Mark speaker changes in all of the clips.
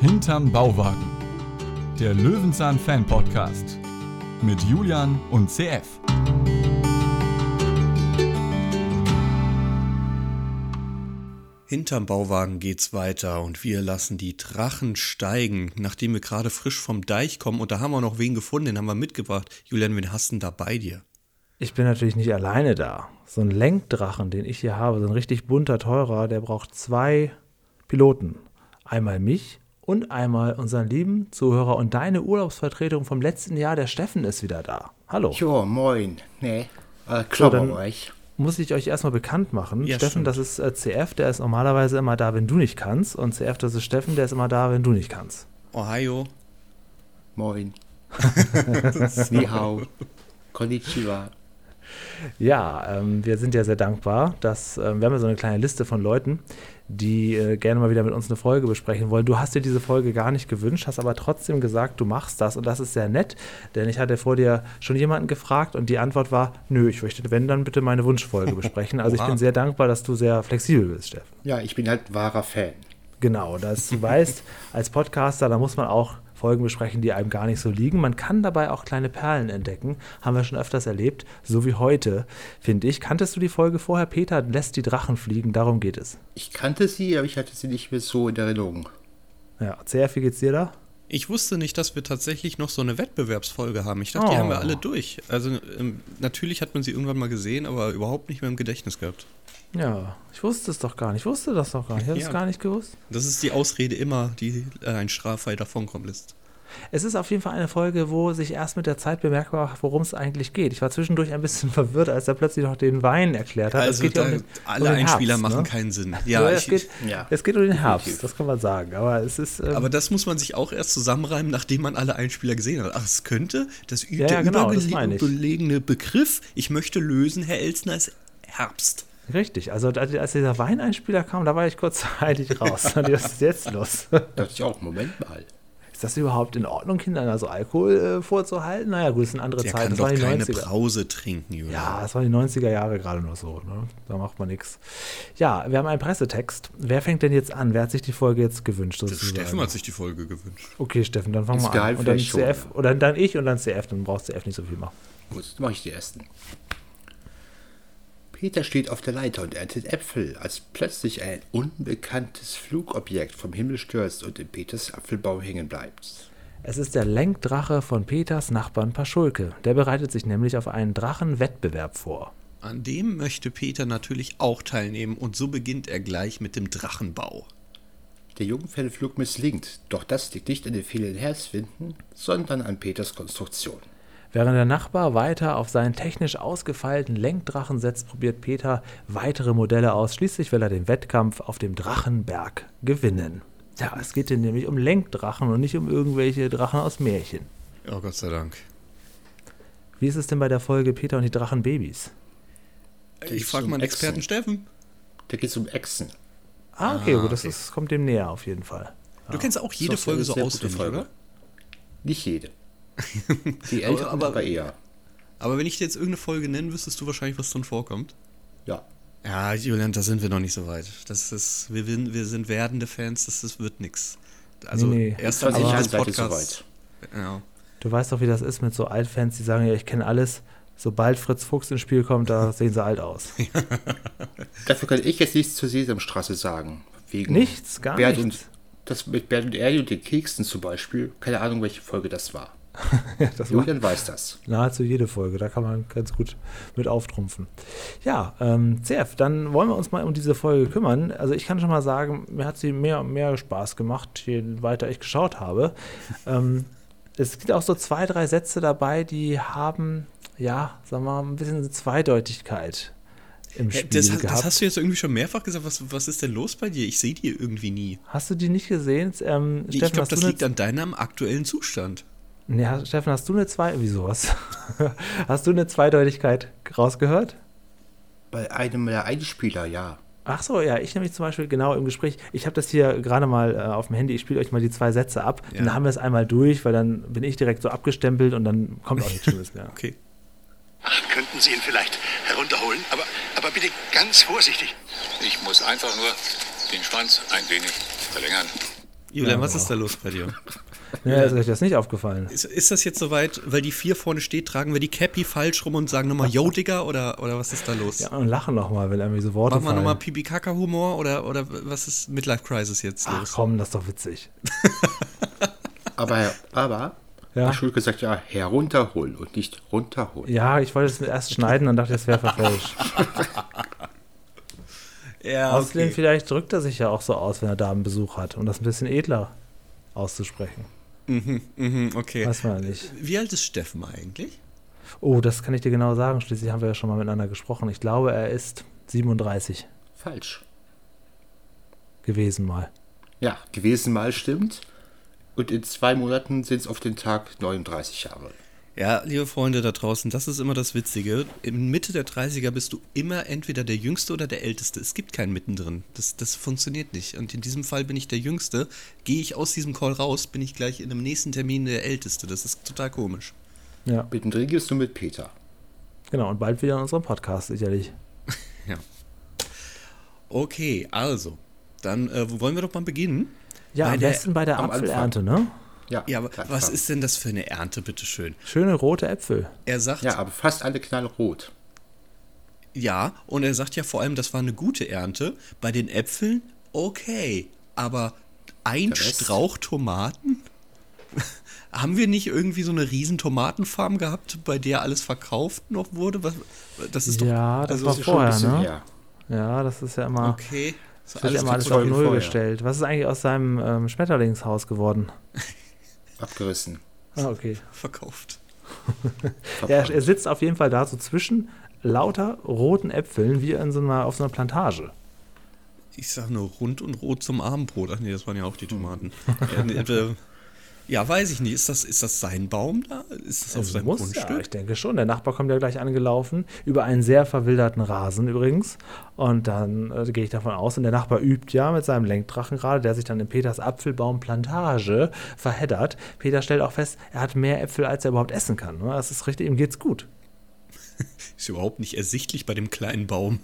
Speaker 1: hinterm Bauwagen. Der Löwenzahn Fan Podcast mit Julian und CF.
Speaker 2: Hinterm Bauwagen geht's weiter und wir lassen die Drachen steigen, nachdem wir gerade frisch vom Deich kommen und da haben wir noch wen gefunden, den haben wir mitgebracht. Julian, wen hast du denn da bei dir?
Speaker 3: Ich bin natürlich nicht alleine da. So ein Lenkdrachen, den ich hier habe, so ein richtig bunter Teurer, der braucht zwei Piloten. Einmal mich und einmal unseren lieben Zuhörer und deine Urlaubsvertretung vom letzten Jahr, der Steffen ist wieder da. Hallo.
Speaker 4: Jo, moin. Ne, äh,
Speaker 3: So,
Speaker 4: klopper
Speaker 3: dann-
Speaker 4: euch.
Speaker 3: Muss ich euch erstmal bekannt machen.
Speaker 2: Ja,
Speaker 3: Steffen,
Speaker 2: stimmt.
Speaker 3: das ist äh, CF, der ist normalerweise immer da, wenn du nicht kannst. Und CF, das ist Steffen, der ist immer da, wenn du nicht kannst.
Speaker 2: Ohio.
Speaker 4: Moin. Ni hao. Konnichiwa.
Speaker 3: Ja, ähm, wir sind ja sehr dankbar, dass ähm, wir haben ja so eine kleine Liste von Leuten, die äh, gerne mal wieder mit uns eine Folge besprechen wollen. Du hast dir diese Folge gar nicht gewünscht, hast aber trotzdem gesagt, du machst das und das ist sehr nett, denn ich hatte vor dir schon jemanden gefragt und die Antwort war, nö, ich möchte, wenn, dann bitte meine Wunschfolge besprechen. Also ich
Speaker 2: Oha.
Speaker 3: bin sehr dankbar, dass du sehr flexibel bist, Steffen.
Speaker 4: Ja, ich bin halt wahrer Fan.
Speaker 3: Genau, dass du weißt, als Podcaster, da muss man auch Folgen besprechen, die einem gar nicht so liegen. Man kann dabei auch kleine Perlen entdecken, haben wir schon öfters erlebt, so wie heute, finde ich. Kanntest du die Folge vorher? Peter lässt die Drachen fliegen, darum geht es.
Speaker 4: Ich kannte sie, aber ich hatte sie nicht mehr so in Erinnerung.
Speaker 3: Ja, CF, wie geht's dir da?
Speaker 2: Ich wusste nicht, dass wir tatsächlich noch so eine Wettbewerbsfolge haben. Ich dachte, die
Speaker 3: Oh.
Speaker 2: haben wir alle durch. Also ähm, natürlich hat man sie irgendwann mal gesehen, aber überhaupt nicht mehr im Gedächtnis gehabt.
Speaker 3: Ja, ich wusste es doch gar nicht, ich wusste das doch gar nicht, ich habe es
Speaker 2: Ja.
Speaker 3: gar nicht gewusst.
Speaker 2: Das ist die Ausrede immer, die äh, ein Straffrei davonkommen lässt.
Speaker 3: Es ist auf jeden Fall eine Folge, wo sich erst mit der Zeit bemerkbar macht, worum es eigentlich geht. Ich war zwischendurch ein bisschen verwirrt, als er plötzlich noch den Wein erklärt hat. Es
Speaker 2: Also
Speaker 3: geht ja
Speaker 2: da,
Speaker 3: um den-
Speaker 2: alle
Speaker 3: um den
Speaker 2: Einspieler
Speaker 3: Herbst,
Speaker 2: machen
Speaker 3: ne?
Speaker 2: keinen Sinn.
Speaker 3: Ja,
Speaker 2: Ja,
Speaker 3: es,
Speaker 2: ich,
Speaker 3: geht,
Speaker 4: ja.
Speaker 3: es geht um den Herbst,
Speaker 4: Definitiv.
Speaker 3: das kann man sagen. Aber es ist. Ähm,
Speaker 2: Aber das muss man sich auch erst zusammenreimen, nachdem man alle Einspieler gesehen hat. Ach, es könnte das ü-
Speaker 3: Ja, ja,
Speaker 2: der
Speaker 3: genau, das meine ich.
Speaker 2: übergelegene Begriff, ich möchte lösen, Herr Elzner, ist Herbst.
Speaker 3: richtig. Also, als als dieser Weineinspieler kam, da war ich kurzzeitig raus. Was ist jetzt los?
Speaker 4: Dachte ich auch, Moment mal.
Speaker 3: Ist das überhaupt in Ordnung, Kindern also Alkohol äh, vorzuhalten? Naja, gut, es sind andere
Speaker 2: Der
Speaker 3: Zeiten.
Speaker 2: kann
Speaker 3: Das
Speaker 2: doch
Speaker 3: waren die
Speaker 2: keine
Speaker 3: 90er.
Speaker 2: Brause trinken, Jürgen.
Speaker 3: Ja, das waren die 90er Jahre gerade nur so. Ne? Da macht man nichts. Ja, wir haben einen Pressetext. Wer fängt denn jetzt an? Wer hat sich die Folge jetzt gewünscht? sozusagen?
Speaker 2: Also Steffen hat sich die Folge gewünscht.
Speaker 3: Okay, Steffen, dann fangen
Speaker 4: Ist
Speaker 3: wir
Speaker 4: der
Speaker 3: an.
Speaker 4: halt
Speaker 3: Und dann
Speaker 4: vielleicht schon,
Speaker 3: CF. Oder dann ich und dann CF. Dann brauchst du CF nicht so viel machen.
Speaker 4: Gut, jetzt mache ich die ersten. Peter steht auf der Leiter und erntet Äpfel, als plötzlich ein unbekanntes Flugobjekt vom Himmel stürzt und in Peters Apfelbaum hängen bleibt.
Speaker 3: Es ist der Lenkdrache von Peters Nachbarn Paschulke. Der bereitet sich nämlich auf einen Drachenwettbewerb vor.
Speaker 2: An dem möchte Peter natürlich auch teilnehmen und so beginnt er gleich mit dem Drachenbau.
Speaker 4: Der Jungfernflug misslingt, doch das liegt nicht an den fehlenden Herzwinden, sondern an Peters Konstruktion.
Speaker 3: Während der Nachbar weiter auf seinen technisch ausgefeilten Lenkdrachen setzt, probiert Peter weitere Modelle aus. Schließlich will er den Wettkampf auf dem Drachenberg gewinnen. Ja, es geht hier nämlich um Lenkdrachen und nicht um irgendwelche Drachen aus Märchen.
Speaker 2: Oh Gott sei Dank.
Speaker 3: Wie ist es denn bei der Folge Peter und die Drachenbabys?
Speaker 2: Ich
Speaker 4: ist
Speaker 2: frage
Speaker 4: so
Speaker 2: mal einen
Speaker 4: ein Echsen.
Speaker 2: Experten Steffen.
Speaker 4: Da geht es um Echsen.
Speaker 3: Ah, okay,
Speaker 2: Ah,
Speaker 3: gut, das
Speaker 2: okay.
Speaker 3: ist, kommt dem näher auf jeden Fall.
Speaker 2: Du kennst auch jede
Speaker 4: Sonst
Speaker 2: Folge
Speaker 4: eine
Speaker 2: so
Speaker 4: sehr gute
Speaker 2: auswendig,
Speaker 4: Folge.
Speaker 2: oder?
Speaker 4: Nicht jede. Die älteren
Speaker 2: aber-
Speaker 4: aber, aber eher.
Speaker 2: Aber wenn ich dir jetzt irgendeine Folge nennen, wüsstest du wahrscheinlich, was drin vorkommt.
Speaker 4: Ja.
Speaker 2: Ja, Julian, da sind wir noch nicht so weit. Das ist, wir, sind- wir sind werdende Fans, das, das wird nix. Also
Speaker 3: Nee, nee.
Speaker 2: erst am
Speaker 4: 20
Speaker 2: Ende
Speaker 4: Jahre
Speaker 2: des
Speaker 4: seid ihr
Speaker 2: Podcasts.
Speaker 4: soweit.
Speaker 2: Ja.
Speaker 3: Du weißt doch, wie das ist mit so Altfans, die sagen, ja, ich kenne alles. Sobald Fritz Fuchs ins Spiel kommt, da sehen sie alt aus.
Speaker 4: Dafür kann ich jetzt nichts zur Sesamstraße sagen. Wegen
Speaker 3: Nichts, gar
Speaker 4: Bert
Speaker 3: nichts.
Speaker 4: Und, das mit Bert und Ernie und den Keksen zum Beispiel. Keine Ahnung, welche Folge das war.
Speaker 3: Das war
Speaker 4: Julian weiß das.
Speaker 3: nahezu jede Folge, da kann man ganz gut mit auftrumpfen. Ja, ähm, CF, dann wollen wir uns mal um diese Folge kümmern. Also ich kann schon mal sagen, mir hat sie mehr und mehr Spaß gemacht, je weiter ich geschaut habe. ähm, es gibt auch so zwei, drei Sätze dabei, die haben, ja, sagen wir mal, ein bisschen Zweideutigkeit im
Speaker 2: Hä,
Speaker 3: Spiel
Speaker 2: Äh, Das, ha-
Speaker 3: gehabt.
Speaker 2: das hast du jetzt irgendwie schon mehrfach gesagt. Was, was ist denn los bei dir? Ich sehe die irgendwie nie.
Speaker 3: Hast du die nicht gesehen? Ähm,
Speaker 2: Ich
Speaker 3: Steffen,
Speaker 2: glaube,
Speaker 3: hast
Speaker 2: das
Speaker 3: du
Speaker 2: liegt
Speaker 3: eine,
Speaker 2: an deinem aktuellen Zustand.
Speaker 3: nee, hast, Steffen, hast du eine zwei, wieso was? hast du eine Zweideutigkeit rausgehört?
Speaker 4: Bei einem der Einspieler, ja.
Speaker 3: Ach so, ja, ich nämlich zum Beispiel genau im Gespräch, ich habe das hier gerade mal äh, auf dem Handy, ich spiele euch mal die zwei Sätze ab,
Speaker 2: Ja.
Speaker 3: dann haben wir es einmal durch, weil dann bin ich direkt so abgestempelt und dann kommt auch nichts Schlimmes mehr.
Speaker 2: Okay.
Speaker 5: Könnten Sie ihn vielleicht herunterholen? Aber, aber bitte ganz vorsichtig.
Speaker 6: Ich muss einfach nur den Schwanz ein wenig verlängern.
Speaker 2: Julian, was ist da los bei dir?
Speaker 3: Ja, ist euch das nicht aufgefallen.
Speaker 2: Ist, ist das jetzt soweit, weil die vier vorne steht, tragen wir die Cappy falsch rum und sagen nochmal Yo, Digga? Oder, oder was ist da los?
Speaker 3: Ja, und lachen nochmal, wenn einem diese Worte
Speaker 2: Machen wir
Speaker 3: fallen.
Speaker 2: nochmal Pipi-Kaka-Humor oder, oder was ist mit Life Crisis jetzt
Speaker 3: Ach
Speaker 2: los?
Speaker 3: komm, das ist doch witzig.
Speaker 4: Aber, aber,
Speaker 3: Ja.
Speaker 4: ja. Schulke gesagt, ja, herunterholen und nicht runterholen.
Speaker 3: Ja, ich wollte es erst schneiden und dachte, das wäre verfälscht.
Speaker 2: ja,
Speaker 3: Außerdem vielleicht drückt er sich ja auch so aus, wenn er Damenbesuch hat, um das ein bisschen edler auszusprechen.
Speaker 2: Mhm, okay.
Speaker 3: Weiß man ja nicht.
Speaker 2: Wie alt ist Steffen eigentlich?
Speaker 3: Oh, das kann ich dir genau sagen. Schließlich haben wir ja schon mal miteinander gesprochen. Ich glaube, er ist 37
Speaker 4: Falsch.
Speaker 3: gewesen mal.
Speaker 4: Ja, gewesen mal stimmt. Und in zwei Monaten sind es auf den Tag 39 Jahre.
Speaker 2: Ja, liebe Freunde da draußen, das ist immer das Witzige. In Mitte der 30er bist du immer entweder der Jüngste oder der Älteste. Es gibt keinen mittendrin. Das, das funktioniert nicht. Und in diesem Fall bin ich der Jüngste. Gehe ich aus diesem Call raus, bin ich gleich in dem nächsten Termin der Älteste. Das ist total komisch.
Speaker 3: Ja,
Speaker 4: Mittendrin gehst du mit Peter.
Speaker 3: genau. Und bald wieder in unserem Podcast, sicherlich.
Speaker 2: Ja. Okay, also. Dann äh, wollen wir doch mal beginnen.
Speaker 3: Ja,
Speaker 2: Bei
Speaker 3: am
Speaker 2: der-
Speaker 3: besten bei der
Speaker 4: am
Speaker 3: Apfelernte, ne?
Speaker 4: Ja,
Speaker 2: Ja, aber
Speaker 4: gleich
Speaker 2: was
Speaker 4: dran.
Speaker 2: ist denn das für eine Ernte, bitteschön?
Speaker 3: Schöne rote Äpfel.
Speaker 2: Er sagt,
Speaker 4: Ja, aber fast alle knallrot.
Speaker 2: Ja, und er sagt ja vor allem, das war eine gute Ernte. Bei den Äpfeln, okay. Aber ein
Speaker 4: Der Rest?
Speaker 2: Strauch Tomaten? Haben wir nicht irgendwie so eine riesen Tomatenfarm gehabt, bei der alles verkauft noch wurde? Was, das ist doch.
Speaker 3: Ja, das
Speaker 2: also
Speaker 3: war
Speaker 2: ist
Speaker 4: Schon ein
Speaker 3: vorher,
Speaker 4: bisschen
Speaker 3: ne?
Speaker 4: her.
Speaker 3: Ja, das ist ja immer,
Speaker 2: Okay. So
Speaker 3: das wird ja immer alles auf
Speaker 4: Folgen
Speaker 3: Null
Speaker 4: vorher.
Speaker 3: gestellt. Was ist eigentlich aus seinem ähm, Schmetterlingshaus geworden?
Speaker 4: Abgerissen.
Speaker 3: Ah, okay.
Speaker 2: verkauft.
Speaker 3: Ja, er sitzt auf jeden Fall da so zwischen lauter roten Äpfeln, wie in so einer, auf so einer Plantage.
Speaker 2: Ich sag nur rund und rot zum Abendbrot. Ach nee, das waren ja auch die Tomaten. ja, nee, äh, ja, weiß ich nicht. Ist das, ist das sein Baum da? Ist das auf
Speaker 3: Also
Speaker 2: seinem
Speaker 3: muss Ja,
Speaker 2: Grundstück?
Speaker 3: ich denke schon. Der Nachbar kommt ja gleich angelaufen, über einen sehr verwilderten Rasen übrigens. Und dann äh, gehe ich davon aus, und der Nachbar übt ja mit seinem Lenkdrachen gerade, der sich dann in Peters Apfelbaumplantage verheddert. Peter stellt auch fest, er hat mehr Äpfel, als er überhaupt essen kann. ne? Das ist richtig, ihm geht's gut.
Speaker 2: Ist überhaupt nicht ersichtlich bei dem kleinen Baum.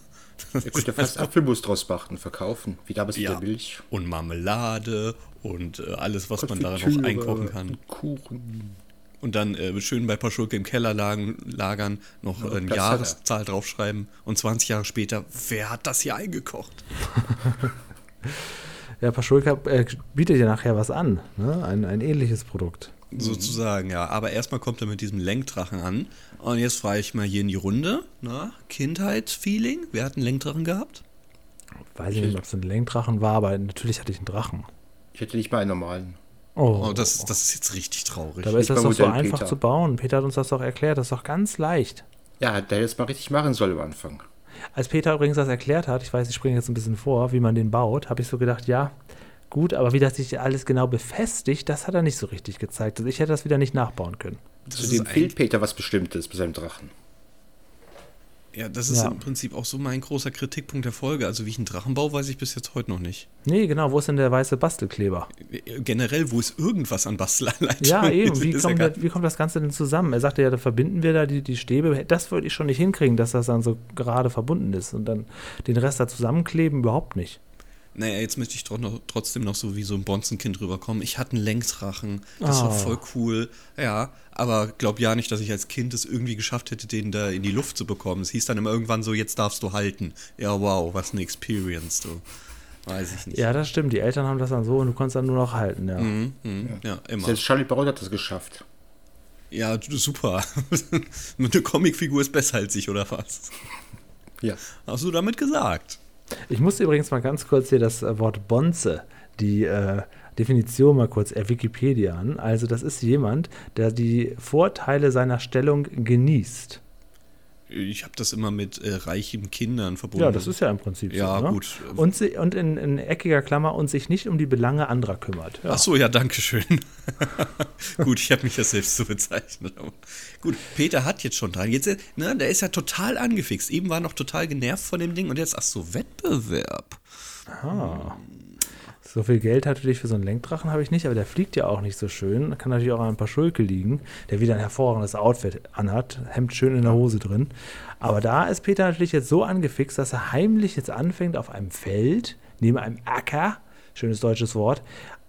Speaker 4: Er könnte fast Apfelmus draus machen, verkaufen. Wie damals mit
Speaker 2: Ja.
Speaker 4: der Milch.
Speaker 2: und Marmelade und äh, alles, was man da noch
Speaker 4: Konfitüre,
Speaker 2: einkaufen kann.
Speaker 4: Kuchen.
Speaker 2: Und dann äh, schön bei Paschulke im Keller lagen, lagern, noch äh, eine
Speaker 4: das hat er.
Speaker 2: Jahreszahl draufschreiben und 20 Jahre später, wer hat das hier eingekocht?
Speaker 3: Der Paschulka äh, bietet ja nachher was an, ne? ein, ein ähnliches Produkt.
Speaker 2: Sozusagen, ja. Aber erstmal kommt er mit diesem Lenkdrachen an. Und jetzt frage ich mal hier in die Runde, na, Kindheitsfeeling, wer hat einen Lenkdrachen gehabt?
Speaker 3: Weiß ich nicht, ob es ein Lenkdrachen war, aber natürlich hatte ich einen Drachen.
Speaker 4: Ich hätte nicht mal einen normalen.
Speaker 3: Oh,
Speaker 2: Oh, das, das ist jetzt richtig traurig.
Speaker 3: Dabei ist
Speaker 4: nicht
Speaker 3: das
Speaker 4: mal
Speaker 3: doch so
Speaker 4: Modell,
Speaker 3: einfach
Speaker 4: Peter.
Speaker 3: zu bauen. Peter hat uns das doch erklärt, das ist doch ganz leicht.
Speaker 4: Ja, der hätte es mal richtig machen sollen am Anfang.
Speaker 3: Als Peter übrigens das erklärt hat, ich weiß, ich springe jetzt ein bisschen vor, wie man den baut, habe ich so gedacht, ja, gut, aber wie das sich alles genau befestigt, das hat er nicht so richtig gezeigt. Also ich hätte das wieder nicht nachbauen können.
Speaker 2: Das ist
Speaker 4: Zudem
Speaker 2: ein,
Speaker 4: Also fehlt Peter was Bestimmtes bei seinem Drachen.
Speaker 2: ja, das ist
Speaker 3: Ja.
Speaker 2: im Prinzip auch so mein großer Kritikpunkt der Folge. Also wie ich einen Drachen baue, weiß ich bis jetzt heute noch nicht.
Speaker 3: Nee, genau, wo ist denn der weiße Bastelkleber?
Speaker 2: generell, wo ist irgendwas an Bastelanleitung?
Speaker 3: Ja, eben, wie
Speaker 2: Ist ja
Speaker 3: kommt,
Speaker 2: gar-
Speaker 3: der, wie kommt das Ganze denn zusammen? Er sagte ja, da verbinden wir da die, die Stäbe. Das würde ich schon nicht hinkriegen, dass das dann so gerade verbunden ist und dann den Rest da zusammenkleben, überhaupt nicht.
Speaker 2: Naja, jetzt möchte ich tro- noch, trotzdem noch so wie so ein Bonzenkind rüberkommen. Ich hatte einen Längsrachen, das war
Speaker 3: Ah.
Speaker 2: voll cool. Ja, aber glaub ja nicht, dass ich als Kind es irgendwie geschafft hätte, den da in die Luft zu bekommen. Es hieß dann immer irgendwann so, jetzt darfst du halten. Ja, wow, was eine Experience, du. Weiß ich nicht.
Speaker 3: Ja, das stimmt, die Eltern haben das dann so und du konntest dann nur noch halten, ja.
Speaker 2: Mhm, mhm, ja, immer.
Speaker 4: Selbst Charlie Brown hat das geschafft.
Speaker 2: Ja, du- super. Mit einer Comicfigur ist besser als ich, oder was?
Speaker 4: Ja.
Speaker 2: Hast du damit gesagt?
Speaker 3: Ich musste übrigens mal ganz kurz hier das äh, Wort Bonze, die äh, Definition mal kurz er Wikipedia an. Also das ist jemand, der die Vorteile seiner Stellung genießt.
Speaker 2: Ich habe das immer mit äh, reichen Kindern verbunden.
Speaker 3: Ja, das ist ja im Prinzip
Speaker 2: Ja,
Speaker 3: so. Ne?
Speaker 2: gut.
Speaker 3: Und, sie, und in, in eckiger Klammer und sich nicht um die Belange anderer kümmert. Ja.
Speaker 2: Ach so, ja, danke schön. Gut, ich habe mich ja selbst so bezeichnet. aber- Gut, Peter hat jetzt schon dran. Jetzt, äh, ne, der ist ja total angefixt. Eben war noch total genervt von dem Ding und jetzt, ach so, Wettbewerb.
Speaker 3: So viel Geld hatte ich für so einen Lenkdrachen habe ich nicht, aber der fliegt ja auch nicht so schön. Kann natürlich auch an ein paar Schulke liegen, der wieder ein hervorragendes Outfit anhat, Hemd schön in der Hose drin. Aber da ist Peter natürlich jetzt so angefixt, dass er heimlich jetzt anfängt auf einem Feld, neben einem Acker, schönes deutsches Wort,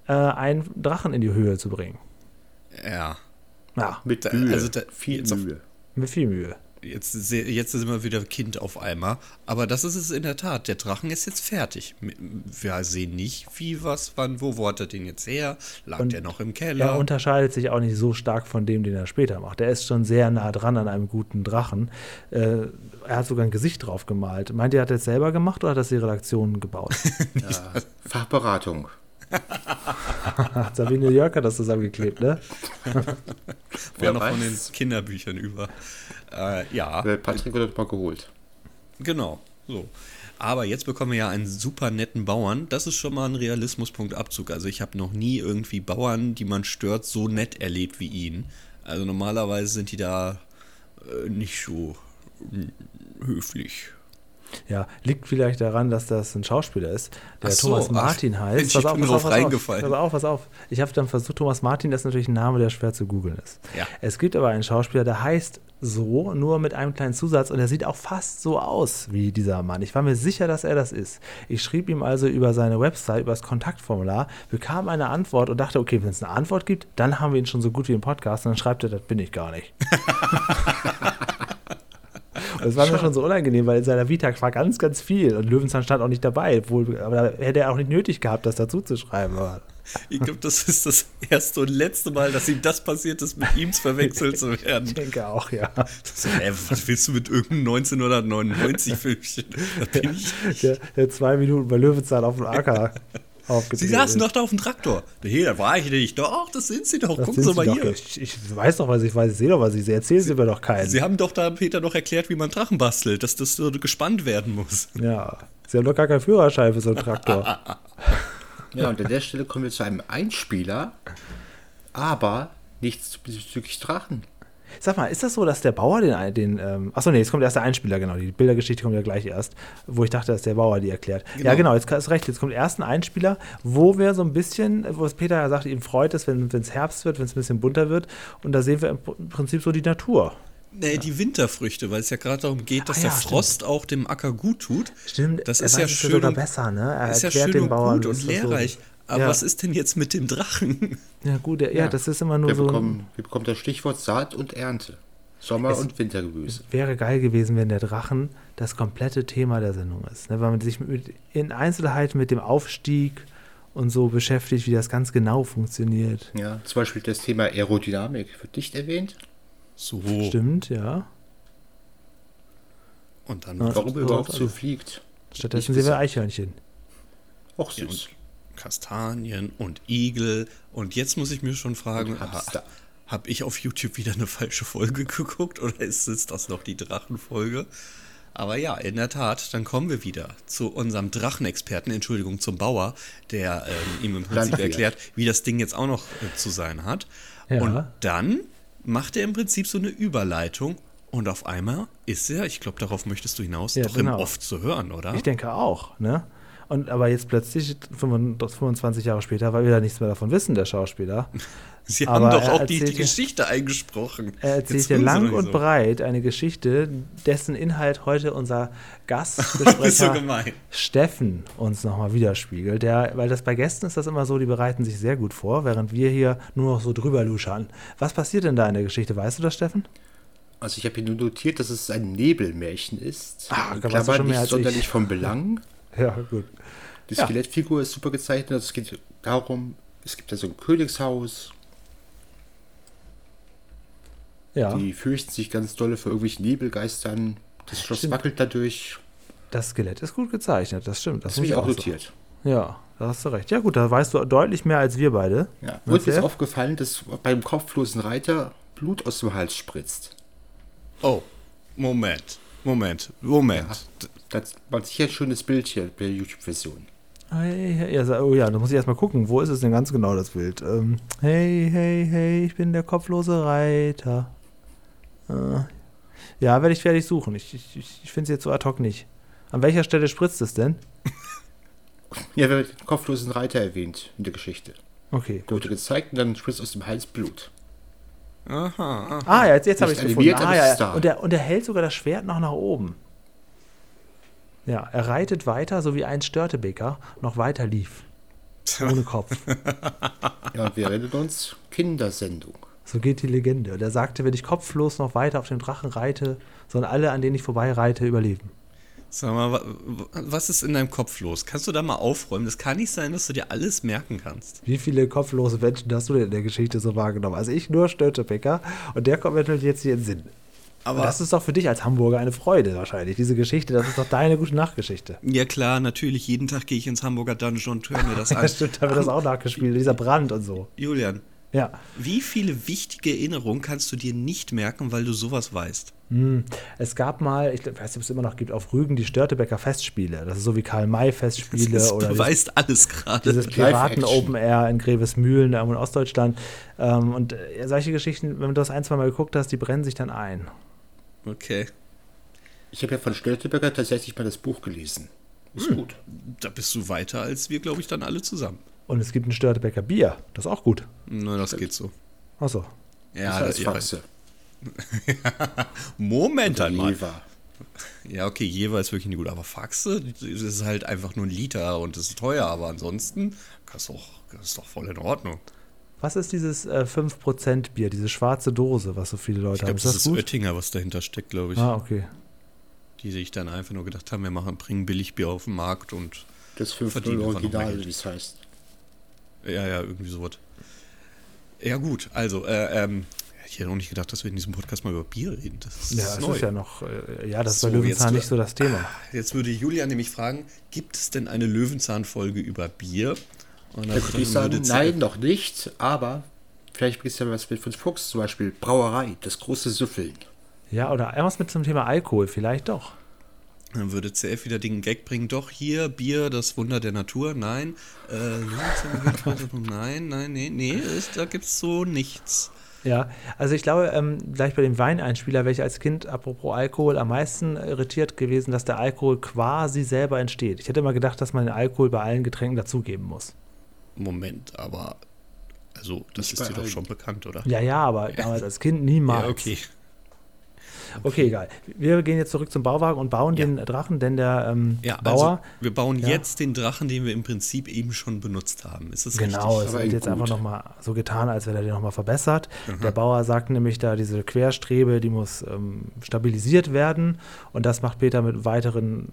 Speaker 3: äh, einen Drachen in die Höhe zu bringen.
Speaker 2: Ja.
Speaker 3: Ja,
Speaker 4: Mit
Speaker 2: Da-
Speaker 4: Mühe.
Speaker 2: also da-
Speaker 4: viel
Speaker 2: jetzt auf-
Speaker 4: Mühe.
Speaker 3: mit viel Mühe.
Speaker 2: Jetzt, se- jetzt sind wir wieder Kind auf einmal. Aber das ist es in der Tat. Der Drachen ist jetzt fertig. Wir sehen nicht, wie, was, wann, wo, wo hat er den jetzt her? Lag
Speaker 3: Und
Speaker 2: der noch im Keller?
Speaker 3: Er unterscheidet sich auch nicht so stark von dem, den er später macht. Er ist schon sehr nah dran an einem guten Drachen. Äh, er hat sogar ein Gesicht drauf gemalt. Meint ihr, hat er es selber gemacht oder hat das die Redaktion gebaut?
Speaker 4: Fachberatung.
Speaker 3: hat Sabine Jörg hat das zusammengeklebt, ne?
Speaker 2: War
Speaker 4: Wer
Speaker 2: noch von den
Speaker 4: weiß.
Speaker 2: Kinderbüchern über. Äh, ja,
Speaker 4: Äh, Patrick wird heute mal geholt.
Speaker 2: genau. So. Aber jetzt bekommen wir ja einen super netten Bauern. Das ist schon mal ein Realismuspunkt Abzug. Also ich habe noch nie irgendwie Bauern, die man stört, so nett erlebt wie ihn. Also normalerweise sind die da äh, nicht so mm, höflich.
Speaker 3: Ja, liegt vielleicht daran, dass das ein Schauspieler ist, der
Speaker 2: Ach so,
Speaker 3: Thomas
Speaker 2: ach,
Speaker 3: Martin heißt.
Speaker 2: Mensch, ich bin drauf reingefallen.
Speaker 3: Auf, pass auf, pass auf. Ich habe dann versucht, Thomas Martin, das ist natürlich ein Name, der schwer zu googeln ist.
Speaker 2: Ja.
Speaker 3: Es gibt aber einen Schauspieler, der heißt so, nur mit einem kleinen Zusatz und er sieht auch fast so aus wie dieser Mann. Ich war mir sicher, dass er das ist. Ich schrieb ihm also über seine Website, über das Kontaktformular, bekam eine Antwort und dachte, okay, wenn es eine Antwort gibt, dann haben wir ihn schon so gut wie im Podcast und dann schreibt er, das bin ich gar nicht. Und Das war mir schon so unangenehm, weil in seiner Vita war ganz, ganz viel und Löwenzahn stand auch nicht dabei, obwohl, aber da hätte er auch nicht nötig gehabt, das dazu zu schreiben. Aber
Speaker 2: Ich glaube, das ist das erste und letzte Mal, dass ihm das passiert ist, mit ihm verwechselt zu werden.
Speaker 3: ich denke auch, ja.
Speaker 2: So, ey, was willst du mit irgendeinem 1999-Filmchen? Da bin ich
Speaker 3: Der, der zwei Minuten bei Löwenzahn auf dem Acker aufgetreten
Speaker 2: Sie saßen
Speaker 3: ist.
Speaker 2: doch da auf dem Traktor. Nee, da war ich nicht. Doch, das sind sie doch.
Speaker 3: Das
Speaker 2: Gucken
Speaker 3: sind
Speaker 2: Sie
Speaker 3: sie
Speaker 2: mal
Speaker 3: doch.
Speaker 2: hier.
Speaker 3: Ich, ich weiß doch, was ich weiß. Ich sehe doch, was ich sehe. Erzählen Sie mir doch keinen.
Speaker 2: Sie haben doch da Peter noch erklärt, wie man Drachen bastelt, dass das so gespannt werden muss.
Speaker 3: ja. Sie haben doch gar keinen Führerschein für so einen Traktor.
Speaker 4: Ja, und an der Stelle kommen wir zu einem Einspieler, aber nichts bezüglich Drachen.
Speaker 3: Sag mal, ist das so, dass der Bauer den. ein- den ähm, achso, nee, jetzt kommt erst der Einspieler, genau. Die Bildergeschichte kommt ja gleich erst, wo ich dachte, dass der Bauer die erklärt. Ja, genau, jetzt ist recht. Jetzt kommt erst ein Einspieler, wo wir so ein bisschen, wo es Peter ja sagt, ihm freut es, wenn es Herbst wird, wenn es ein bisschen bunter wird. Und da sehen wir im Pr- im Prinzip so die Natur.
Speaker 2: Nee, die Winterfrüchte, weil es ja gerade darum geht, dass
Speaker 3: Ah,
Speaker 2: der
Speaker 3: ja,
Speaker 2: Frost auch dem Acker gut tut.
Speaker 3: Stimmt,
Speaker 2: das
Speaker 3: er
Speaker 2: ist
Speaker 3: weiß
Speaker 2: ja
Speaker 3: es ja
Speaker 2: schön
Speaker 3: sogar
Speaker 2: und,
Speaker 3: besser, ne? Er
Speaker 2: ist ja
Speaker 3: erklärt
Speaker 2: schön
Speaker 3: den
Speaker 2: und
Speaker 3: Bauern,
Speaker 2: gut
Speaker 3: das
Speaker 2: und
Speaker 3: ist so.
Speaker 2: lehrreich. Aber
Speaker 3: Ja.
Speaker 2: was ist denn jetzt mit dem Drachen?
Speaker 3: Ja, gut, ja, ja, das ist immer nur
Speaker 4: Wir
Speaker 3: so. ein-
Speaker 4: bekommen, wir bekommen das Stichwort Saat und Ernte. Sommer-
Speaker 3: Es-
Speaker 4: und Wintergemüse.
Speaker 3: wäre geil gewesen, wenn der Drachen das komplette Thema der Sendung ist. Ne? Weil man sich mit, in Einzelheiten mit dem Aufstieg und so beschäftigt, wie das ganz genau funktioniert.
Speaker 4: Ja, zum Beispiel das Thema Aerodynamik wird nicht erwähnt.
Speaker 2: So.
Speaker 3: Stimmt, ja.
Speaker 2: Und dann
Speaker 3: Ja.
Speaker 4: Warum
Speaker 3: so,
Speaker 4: überhaupt
Speaker 3: also.
Speaker 4: so fliegt.
Speaker 3: Stattdessen
Speaker 4: Ich-
Speaker 3: sehen wir Eichhörnchen.
Speaker 4: Och
Speaker 2: Ja,
Speaker 4: süß.
Speaker 2: und Kastanien und Igel. Und jetzt muss ich mir schon fragen,
Speaker 4: Und Hamster.
Speaker 2: ha- hab ich auf YouTube wieder eine falsche Folge geguckt oder ist es das noch die Drachenfolge? Aber ja, in der Tat, dann kommen wir wieder zu unserem Drachenexperten, Entschuldigung, zum Bauer, der ähm, ihm im Prinzip
Speaker 4: Landwirt.
Speaker 2: erklärt, wie das Ding jetzt auch noch äh, zu sein hat.
Speaker 3: Ja.
Speaker 2: Und dann macht er im Prinzip so eine Überleitung und auf einmal ist er, ich glaube, darauf möchtest du hinaus,
Speaker 3: Ja,
Speaker 2: doch im
Speaker 3: genau.
Speaker 2: Off zu hören, oder?
Speaker 3: Ich denke auch, ne? Und aber jetzt plötzlich, 25 Jahre später, weil wir da nichts mehr davon wissen, der Schauspieler,
Speaker 2: Sie
Speaker 3: Aber
Speaker 2: haben doch
Speaker 3: er
Speaker 2: auch die, die
Speaker 3: erzählt ja-
Speaker 2: Geschichte eingesprochen.
Speaker 3: er erzählt
Speaker 2: Jetzt
Speaker 3: ja
Speaker 2: tun sie
Speaker 3: lang
Speaker 2: doch
Speaker 3: und
Speaker 2: nicht so.
Speaker 3: breit eine Geschichte, dessen Inhalt heute unser
Speaker 2: Bist du
Speaker 3: Gastbesprecher
Speaker 2: gemein.
Speaker 3: Steffen uns nochmal widerspiegelt. Der, weil das bei Gästen ist das immer so, die bereiten sich sehr gut vor, während wir hier nur noch so drüber luschern. Was passiert denn da in der Geschichte? Weißt du das, Steffen?
Speaker 4: Also ich habe hier nur notiert, dass es ein Nebelmärchen ist.
Speaker 3: Ah,
Speaker 4: In
Speaker 3: da warst du schon mehr
Speaker 4: nicht
Speaker 3: als ich.
Speaker 4: sonderlich vom Belang.
Speaker 3: Ja, gut.
Speaker 4: Die
Speaker 3: Ja.
Speaker 4: Skelettfigur ist super gezeichnet. Also es geht darum, es gibt da so ein Königshaus.
Speaker 3: Ja,
Speaker 4: Die fürchten sich ganz dolle vor irgendwelchen Nebelgeistern. Das Schloss
Speaker 3: Stimmt.
Speaker 4: wackelt dadurch.
Speaker 3: das Skelett ist gut gezeichnet, das stimmt. Das
Speaker 4: Das habe
Speaker 3: muss
Speaker 4: ich auch
Speaker 3: sagen.
Speaker 4: notiert.
Speaker 3: Ja, da hast du recht. Ja, gut, da weißt du deutlich mehr als wir beide.
Speaker 4: Ja.
Speaker 3: Ne,
Speaker 4: Und mir ist
Speaker 3: Pierre?
Speaker 4: aufgefallen, dass beim kopflosen Reiter Blut aus dem Hals spritzt.
Speaker 2: Oh, Moment, Moment, Moment. D-
Speaker 4: Das war sicher ein schönes Bild hier bei der YouTube-Version.
Speaker 3: Hey, hey, ja, sa- oh ja, da muss ich erstmal gucken, wo ist es denn ganz genau das Bild? Ähm, hey, hey, hey, ich bin der kopflose Reiter. Äh, ja, werde ich fertig suchen. Ich, ich, ich- ich finde es jetzt so ad hoc nicht. An welcher Stelle spritzt es denn?
Speaker 4: Ja, wir haben den kopflosen Reiter erwähnt in der Geschichte.
Speaker 3: Okay.
Speaker 4: Der wurde gezeigt und dann spritzt aus dem Hals Blut.
Speaker 2: Aha, aha.
Speaker 3: Ah, ja, jetzt, jetzt habe ich
Speaker 4: Nicht
Speaker 3: es gefunden.
Speaker 4: animiert,
Speaker 3: Ah,
Speaker 4: aber es
Speaker 3: ja,
Speaker 4: ist da.
Speaker 3: ja. Und, er, und er hält sogar das Schwert noch nach oben. Ja, er reitet weiter, so wie ein Störtebeker noch weiter lief. Ohne Kopf.
Speaker 4: Ja, und wir erinnern uns, Kindersendung.
Speaker 3: So geht die Legende. Und er sagte, wenn ich kopflos noch weiter auf dem Drachen reite, sollen alle, an denen ich vorbeireite, überleben.
Speaker 2: Sag mal, wa- wa- was ist in deinem Kopf los? Kannst du da mal aufräumen? Das kann nicht sein, dass du dir alles merken kannst.
Speaker 3: Wie viele kopflose Menschen hast du denn in der Geschichte so wahrgenommen? Also ich nur Störtebecker und der kommt mir natürlich jetzt hier in den Sinn. Aber das ist doch für dich als Hamburger eine Freude wahrscheinlich, diese Geschichte. Das ist doch deine gute Nachtgeschichte.
Speaker 2: Ja klar, natürlich, jeden Tag gehe ich ins Hamburger Dungeon und höre mir das
Speaker 3: Ja,
Speaker 2: an.
Speaker 3: stimmt, da wird das auch nachgespielt, dieser Brand und so.
Speaker 2: Julian,
Speaker 3: Ja.
Speaker 2: wie viele wichtige Erinnerungen kannst du dir nicht merken, weil du sowas weißt?
Speaker 3: Es gab mal, ich weiß nicht, ob es immer noch gibt, auf Rügen die Störtebecker Festspiele. Das ist so wie Karl-May-Festspiele
Speaker 2: Das
Speaker 3: oder dieses-
Speaker 2: beweist alles gerade.
Speaker 3: dieses Piraten-Open
Speaker 4: Live-Action.
Speaker 3: Air in Grevesmühlen, da irgendwo in Ostdeutschland. Ähm, und äh, solche Geschichten, wenn du das ein, zwei Mal geguckt hast, die brennen sich dann ein.
Speaker 2: Okay,
Speaker 4: Ich habe ja von Störteberger tatsächlich mal das Buch gelesen. Ist gut.
Speaker 2: da bist du weiter als wir, glaube ich, dann alle zusammen.
Speaker 3: Und es gibt ein Störtebecker Bier. Das ist auch gut.
Speaker 2: Na, das geht so.
Speaker 3: Achso.
Speaker 2: Ja,
Speaker 4: das
Speaker 2: ja,
Speaker 4: Faxe.
Speaker 2: Moment einmal.
Speaker 4: Lever.
Speaker 2: Also Ja, okay, Jever ist wirklich nicht gut, aber Faxe, das ist halt einfach nur ein Liter und das ist teuer, aber ansonsten das ist doch, das ist doch voll in Ordnung.
Speaker 3: Was ist dieses äh, 5% Bier, diese schwarze Dose, was so viele Leute
Speaker 2: Ich
Speaker 3: haben?
Speaker 2: glaube,
Speaker 3: Ist
Speaker 2: das,
Speaker 3: das
Speaker 2: ist
Speaker 3: gut?
Speaker 2: Oettinger, was dahinter steckt, glaube ich.
Speaker 3: Ah, okay.
Speaker 2: Die sich dann einfach nur gedacht haben, wir machen, bringen Billigbier auf den Markt und
Speaker 4: Das
Speaker 2: Verdienen
Speaker 4: 5-0
Speaker 2: einfach noch mehr
Speaker 4: Original,
Speaker 2: Geld.
Speaker 4: wie es heißt.
Speaker 2: ja, ja, irgendwie sowas. Ja, gut, also, äh, ähm, ich hätte auch nicht gedacht, dass wir in diesem Podcast mal über Bier reden. Das ist
Speaker 3: Ja, das
Speaker 2: neu.
Speaker 3: ist ja noch. Äh, ja, das ist
Speaker 2: So,
Speaker 3: bei Löwenzahn
Speaker 2: jetzt-
Speaker 3: nicht so das Thema.
Speaker 2: Jetzt würde Julian nämlich fragen, gibt es denn eine Löwenzahn-Folge über Bier? Und
Speaker 4: Da würde ich sagen, nein, noch nicht, aber vielleicht gibt es ja was mit von Fuchs, zum Beispiel Brauerei, das große Süffeln.
Speaker 3: Ja, oder irgendwas mit zum Thema Alkohol, vielleicht doch.
Speaker 2: Dann würde CF wieder den Gag bringen, doch hier, Bier, das Wunder der Natur, nein. Äh, nein, nein, nee, nee, ist, da gibt's so nichts.
Speaker 3: Ja, also ich glaube, ähm, gleich bei dem Weineinspieler wäre ich als Kind, apropos Alkohol, am meisten irritiert gewesen, dass der Alkohol quasi selber entsteht. Ich hätte immer gedacht, dass man den Alkohol bei allen Getränken dazugeben muss.
Speaker 2: Moment, aber, also, das
Speaker 4: Nicht
Speaker 2: ist dir
Speaker 4: bei
Speaker 2: doch
Speaker 4: allen.
Speaker 2: schon bekannt, oder?
Speaker 3: Ja, ja, aber damals als Kind niemals.
Speaker 2: Ja, okay.
Speaker 3: Okay, egal. Wir gehen jetzt zurück zum Bauwagen und bauen den Drachen, denn der ähm,
Speaker 2: Ja, also,
Speaker 3: Bauer.
Speaker 2: wir bauen
Speaker 3: Ja.
Speaker 2: jetzt den Drachen, den wir im Prinzip eben schon benutzt haben. Ist das
Speaker 3: Genau,
Speaker 2: richtig?
Speaker 3: es
Speaker 4: aber
Speaker 3: wird
Speaker 4: in
Speaker 3: jetzt
Speaker 4: gut. Mhm.
Speaker 3: einfach nochmal so getan, als wäre der den nochmal verbessert. Der Bauer sagt nämlich da, diese Querstrebe, die muss ähm, stabilisiert werden. Und das macht Peter mit weiteren,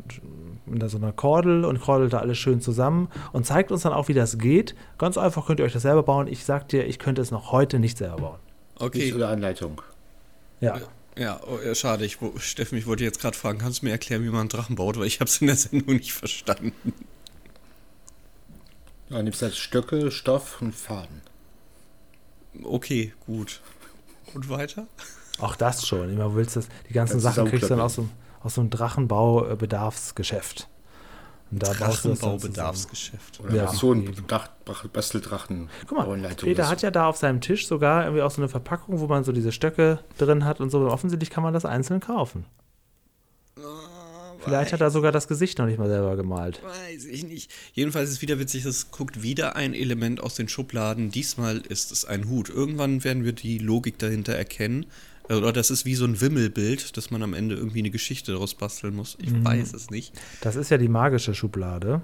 Speaker 3: mit so einer Kordel und kordelt da alles schön zusammen und zeigt uns dann auch, wie das geht. Ganz einfach könnt ihr euch das selber bauen. Ich sag dir, ich könnte es noch heute nicht selber bauen.
Speaker 4: Nicht
Speaker 2: Okay.
Speaker 4: ohne Anleitung.
Speaker 3: Ja.
Speaker 2: Ja, oh, ja, schade. Ich, wo- Steffen, ich wollte jetzt gerade fragen, kannst du mir erklären, wie man einen Drachen baut? Weil ich habe es in der Sendung nicht verstanden.
Speaker 4: Ja, nimmst halt Stöcke, Stoff und Faden.
Speaker 2: Okay, gut. Und weiter?
Speaker 3: Auch das schon. Immer willst du das, die ganzen
Speaker 4: Kannst du
Speaker 3: Sachen kriegst du dann
Speaker 4: zusammenklappen.
Speaker 3: aus so, einem- aus so einem Drachenbau-Bedarfsgeschäft. Und da baust du das dann zusammen.
Speaker 2: Drachenbaubedarfsgeschäft.
Speaker 4: Oder
Speaker 3: Ja,
Speaker 4: ja, so
Speaker 3: eben.
Speaker 4: ein Dach- Basteldrachen.
Speaker 3: Guck mal,
Speaker 4: Bauanleitung
Speaker 3: Peter
Speaker 4: ist.
Speaker 3: hat ja da auf seinem Tisch sogar irgendwie auch so eine Verpackung, wo man so diese Stöcke drin hat und so. Offensichtlich kann man das einzeln kaufen. Vielleicht hat er sogar das Gesicht noch nicht mal selber gemalt.
Speaker 2: Oh, Weiß ich nicht. Jedenfalls ist wieder witzig, es guckt wieder ein Element aus den Schubladen. Diesmal ist es ein Hut. Irgendwann werden wir die Logik dahinter erkennen. Äh, Oder das ist wie so ein Wimmelbild, dass man am Ende irgendwie eine Geschichte daraus basteln muss. Ich
Speaker 3: Mhm.
Speaker 2: weiß es nicht.
Speaker 3: Das ist ja die magische Schublade.